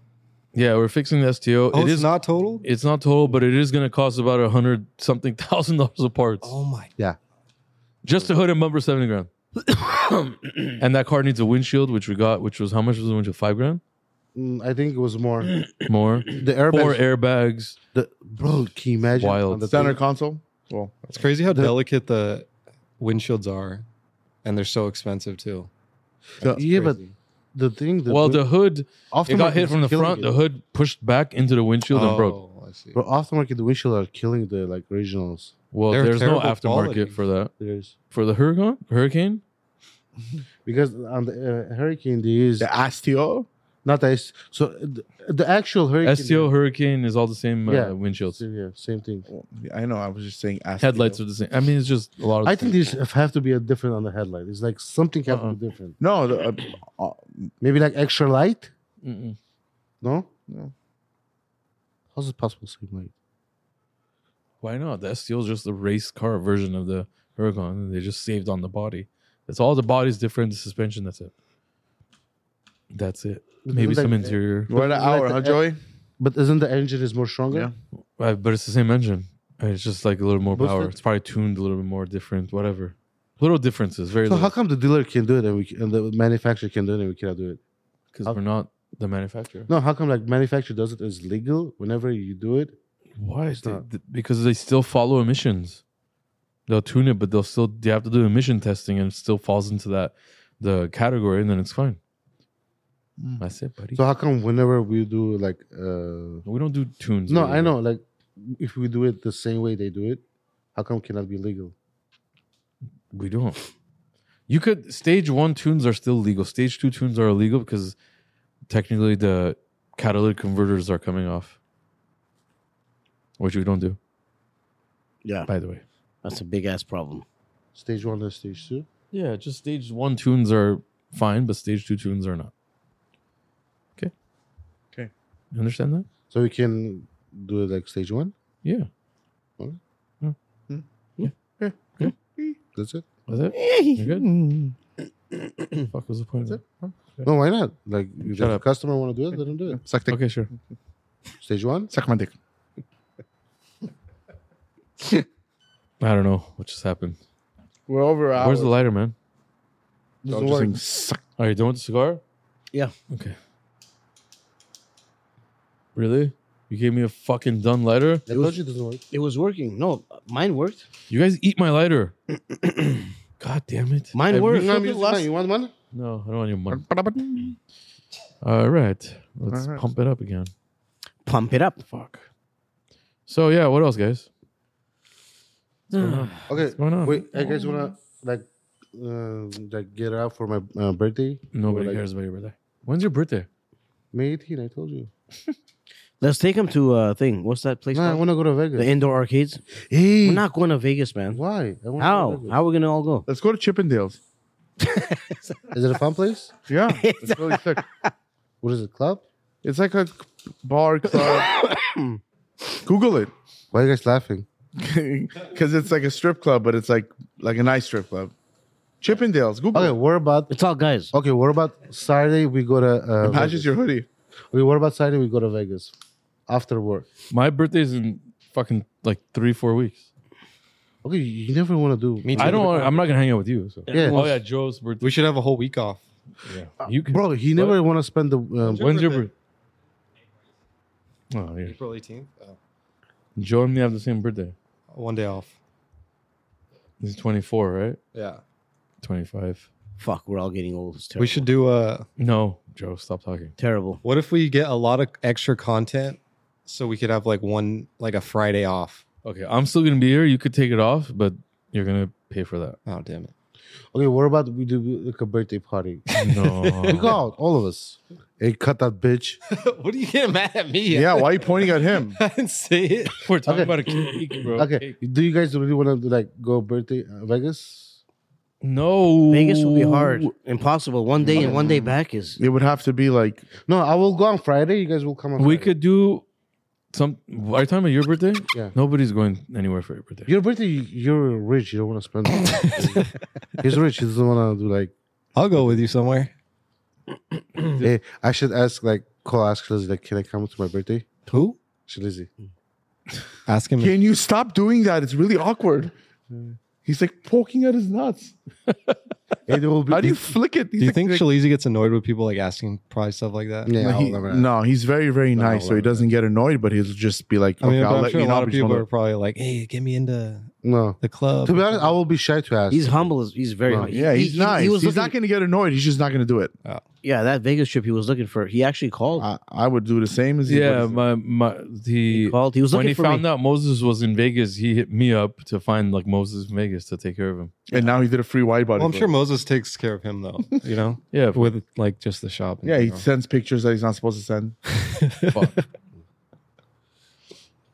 S1: Yeah, we're fixing the STO.
S4: Oh,
S1: it
S4: it's
S1: is
S4: not total.
S1: It's not total, but it is going to cost about a hundred something thousand dollars of parts.
S4: Oh my!
S1: Just a hood and bumper, seventy grand. and that car needs a windshield, which we got, which was how much was the windshield? Five grand
S2: Mm, I think it was more. The
S1: more. Four
S2: airbags.
S1: airbags.
S2: the, bro, can you imagine?
S1: Wild.
S2: on the
S3: Center
S2: thing?
S3: console. Well,
S4: It's crazy how
S2: The-
S4: delicate the windshields are, and they're so expensive too. That's
S2: yeah, but
S4: crazy.
S2: the thing. The
S1: well, the hood
S2: aftermarket
S1: it got hit from the
S2: is killing
S1: front.
S2: it.
S1: The hood pushed back into the windshield and broke.
S4: Oh, I see.
S2: Bro, aftermarket, the windshield are killing the like originals.
S1: Well,
S4: They're
S1: there's no
S4: terrible
S1: aftermarket
S4: quality.
S1: for that.
S2: There's
S1: For the hurricane, hurricane.
S2: because on the uh, hurricane they use
S3: the Astio.
S2: Not the S- so the, the actual hurricane.
S1: STO Hurricane is all the same uh,
S2: Yeah.
S1: windshields.
S2: Yeah, same thing.
S3: I know. I was just saying. ask
S1: Headlights
S3: you.
S1: are the same. I mean, it's just a lot of.
S2: I think these have to be a different on the headlight. It's like something have
S1: Uh-uh.
S2: to be different.
S3: No, the, uh, uh,
S2: Maybe like extra light.
S1: Mm-mm.
S2: No,
S3: No.
S2: How's it possible? Same light.
S1: Why not? The STO is just the race car version of the Huracan. They just saved on the body. That's all the body's different. The suspension. That's it. That's it. Maybe
S2: Isn't
S1: some
S2: that-
S1: interior,
S3: we're at an hour, huh, Joey?
S2: But isn't the engine is more stronger?
S3: Yeah.
S1: Uh, but it's the same engine. And It's just like a little more
S2: Boosted?
S1: power. It's probably tuned a little bit more different. Whatever. Little differences. Very
S2: So how
S1: little.
S2: come the dealer can do it and we c- and the manufacturer can do it and we cannot do it?
S1: Because
S2: how-
S1: we're not the manufacturer.
S2: No, how come like manufacturer does it is legal whenever you do it?
S1: Why?
S2: It's
S1: They-
S2: not.
S1: th- because they still follow emissions. They'll tune it, but they'll still they have to do emission testing, and it still falls into that the category, and then it's fine. That's it, buddy.
S2: Hmm. So how come whenever we do like uh
S1: we don't do tunes.
S2: no,
S1: over
S2: I
S1: here.
S2: know like if we do it the same way they do it, how come it cannot be legal?
S1: we don't. You could stage one tunes are still legal. Stage two tunes are illegal because technically the catalytic converters are coming off, which we don't do.
S5: Yeah.
S1: By the way.
S5: That's a big ass problem.
S2: Stage one and stage two.
S1: Yeah, just stage one tunes are fine, but stage two tunes are not. Okay.
S3: Okay.
S1: You understand that?
S2: So we can do it like stage one.
S1: Yeah.
S2: That's it.
S1: That's it? You're good? fuck was the point of that?
S2: No, why not? Like if
S1: Shut
S2: the
S1: up.
S2: customer want to do it, let him do it.
S3: Suck dick.
S1: Okay, sure.
S2: Stage one.
S3: Suck my dick.
S1: I don't know what just happened.
S3: We're over. an
S1: Where's
S3: hour.
S1: the lighter, man?
S3: I'm
S2: Doesn't
S3: just
S2: work.
S3: saying, suck.
S1: Are you done with the cigar?
S5: Yeah.
S1: Okay. Really? You gave me a fucking done lighter?
S2: I told you it doesn't work.
S5: It was working. No, mine worked.
S1: You guys eat my lighter. God damn it.
S5: Mine
S1: I
S5: worked.
S1: refilled
S2: I'm
S1: it
S2: using
S1: last-
S2: mine. You want one?
S1: No, I don't want your money.
S3: Ba-da-ba-dum.
S1: All right. Let's
S3: All right.
S1: pump it up again.
S5: Pump it up.
S1: Fuck. So yeah, what else, guys?
S2: Okay.
S1: going on?
S2: Wait, I guys wanna like uh, like get out for my uh, birthday?
S1: Nobody
S2: Like,
S1: cares about your birthday. When's your birthday?
S2: May 18, I told you.
S5: Let's take him to a uh, thing. What's that place?
S2: Nah, I
S5: called?
S2: wanna go to
S5: the
S2: Vegas.
S5: indoor arcades.
S2: Hey,
S5: We're not going to Vegas, man.
S2: why? I wanna go
S5: How?
S2: to Vegas.
S5: How are we gonna all go?
S3: Let's go to Chippendales.
S2: Is it a fun place?
S3: Yeah, it's really sick.
S2: What is it? Club?
S3: It's like a bar club. Google it,
S2: Why are you guys laughing?
S3: because it's like a strip club, but it's like like a nice strip club. Chippendales. Google.
S2: Okay,
S3: it.
S2: what about
S5: It's all guys.
S2: okay? What about Saturday? We go to uh,
S3: How's
S2: Vegas.
S3: your hoodie?
S2: okay. What about Saturday? We go to Vegas after work.
S1: My birthday's in fucking like three, four weeks.
S2: Okay, you never want to do.
S4: Me
S1: I don't. Wanna, I'm not gonna hang out with you. So.
S2: Yeah.
S1: Oh yeah, Joe's birthday.
S4: We should have a whole week off.
S1: You can,
S2: bro. He never want to spend the. Um,
S1: When's your birthday? Oh, yeah.
S4: April 18th. Oh,
S1: Joe and me have the same birthday.
S4: one day off.
S1: He's 24, right?
S4: Yeah.
S1: 25.
S5: Fuck, we're all getting old. It's terrible.
S4: We should do a.
S1: No, Joe, stop talking.
S5: terrible.
S4: What if we get a lot of extra content so we could have like one, like a Friday off?
S1: Okay, I'm still gonna be here. You could take it off, but you're gonna pay for that.
S4: Oh, damn it.
S2: okay, what about we do like a birthday party? we go
S1: No.
S2: out, all of us. Hey, cut that bitch.
S4: what are you getting mad at me?
S3: Yeah.
S4: at?
S3: Why are you pointing at him?
S4: I didn't say it.
S1: We're talking
S2: Okay.
S1: about a cake, bro.
S2: Okay, do you guys really want to like go birthday uh, Vegas?
S1: No.
S5: Vegas will be hard. Impossible. One day and one day back is
S3: It would have to be like
S2: No, I will go on Friday. You guys will come on.
S1: We
S2: Friday.
S1: could do some. Are you talking about your birthday?
S2: Yeah.
S1: Nobody's going anywhere for your birthday.
S2: Your birthday, you're rich. You don't want to spend. He's rich. He doesn't want to do like.
S4: I'll go with you somewhere.
S1: Mm.
S2: Hey, I should ask like call ask Lizzie like, can I come to my birthday?
S4: Who?
S2: She Lizzie.
S4: Ask him.
S3: Can you stop doing that? It's really awkward. He's like poking at his nuts.
S2: It will be.
S3: How do you flick it? He's
S4: Do you
S3: like-
S4: think
S3: like-
S4: Shalizi gets annoyed with people like asking probably stuff like that?
S2: Yeah,
S3: No,
S2: I'll
S3: he-
S2: never ask.
S3: no, he's very, very
S2: No,
S3: nice. So he
S2: whatever.
S3: doesn't get annoyed, but he'll just be like,
S4: I
S3: okay,
S4: mean, but
S3: I'll
S4: I'm
S3: let
S4: sure
S3: you
S4: a
S3: know.
S4: lot of
S3: but you don't
S4: people are
S3: know.
S4: probably like, "Hey, get me into
S2: No.
S4: the club."
S2: To be honest, I will be shy to ask.
S5: he's humble. as- He's very.
S2: No,
S5: humble.
S3: yeah,
S5: He-
S3: he's
S5: he-
S3: nice.
S5: He was
S3: he's
S5: looking,
S3: not going to get annoyed. He's just not going to do it.
S5: yeah, that Vegas trip he was looking for. He actually called.
S3: I, I would do the same as he
S1: Yeah,
S3: would.
S1: my my
S5: he
S1: he.
S5: called. He was
S1: When
S5: looking
S1: he
S5: for
S1: found
S5: me.
S1: out Moses was in Vegas, he hit me up to find like Moses in Vegas to take care of him.
S3: and now he did a free wide body.
S4: well, I'm
S3: for
S4: sure
S3: it.
S4: Moses Bezos takes care of him though, you know,
S1: Yeah,
S4: with like just the shop. in
S3: Yeah, he
S4: general.
S3: sends pictures that he's not supposed to send.
S1: fuck.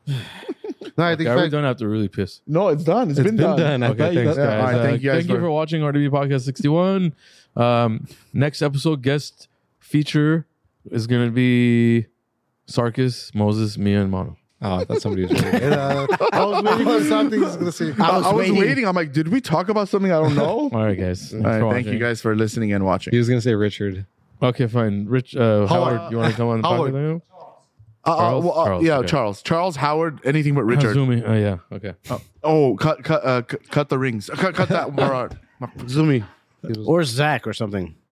S2: No, I
S1: Okay,
S2: think
S1: I really
S2: fact-
S1: don't have to really piss.
S3: No, it's done.
S4: It's been done. I
S3: Okay,
S4: think. Thanks,
S3: done.
S4: guys.
S3: All right,
S1: Uh,
S3: thank you guys
S1: thank you for watching RDB Podcast 61. Um, next episode guest feature is going to be Sarkis, Moses, me, and Mono.
S4: Oh, that's somebody who's really
S2: And, uh, I was waiting for something he's gonna say.
S3: I, was waiting. I'm like, did we talk about something I don't know? All
S1: All right, guys. Thanks
S3: right,
S1: for
S3: thank you
S1: watching.
S3: guys for listening and
S4: He
S3: watching.
S4: was gonna say Richard.
S1: Okay, fine. Rich uh, Howard, you want to come on the
S3: Howard.
S1: podcast?
S3: Uh, uh,
S1: Charles?
S3: well, uh,
S1: Charles,
S3: yeah,
S1: okay.
S3: Charles, Charles Howard, anything but Richard.
S1: Zoom in. Oh, yeah. Okay.
S3: Oh, cut, cut, uh, cut, cut the rings. Cut, cut that, Marard.
S2: Zoomy.
S5: Or Zach or something.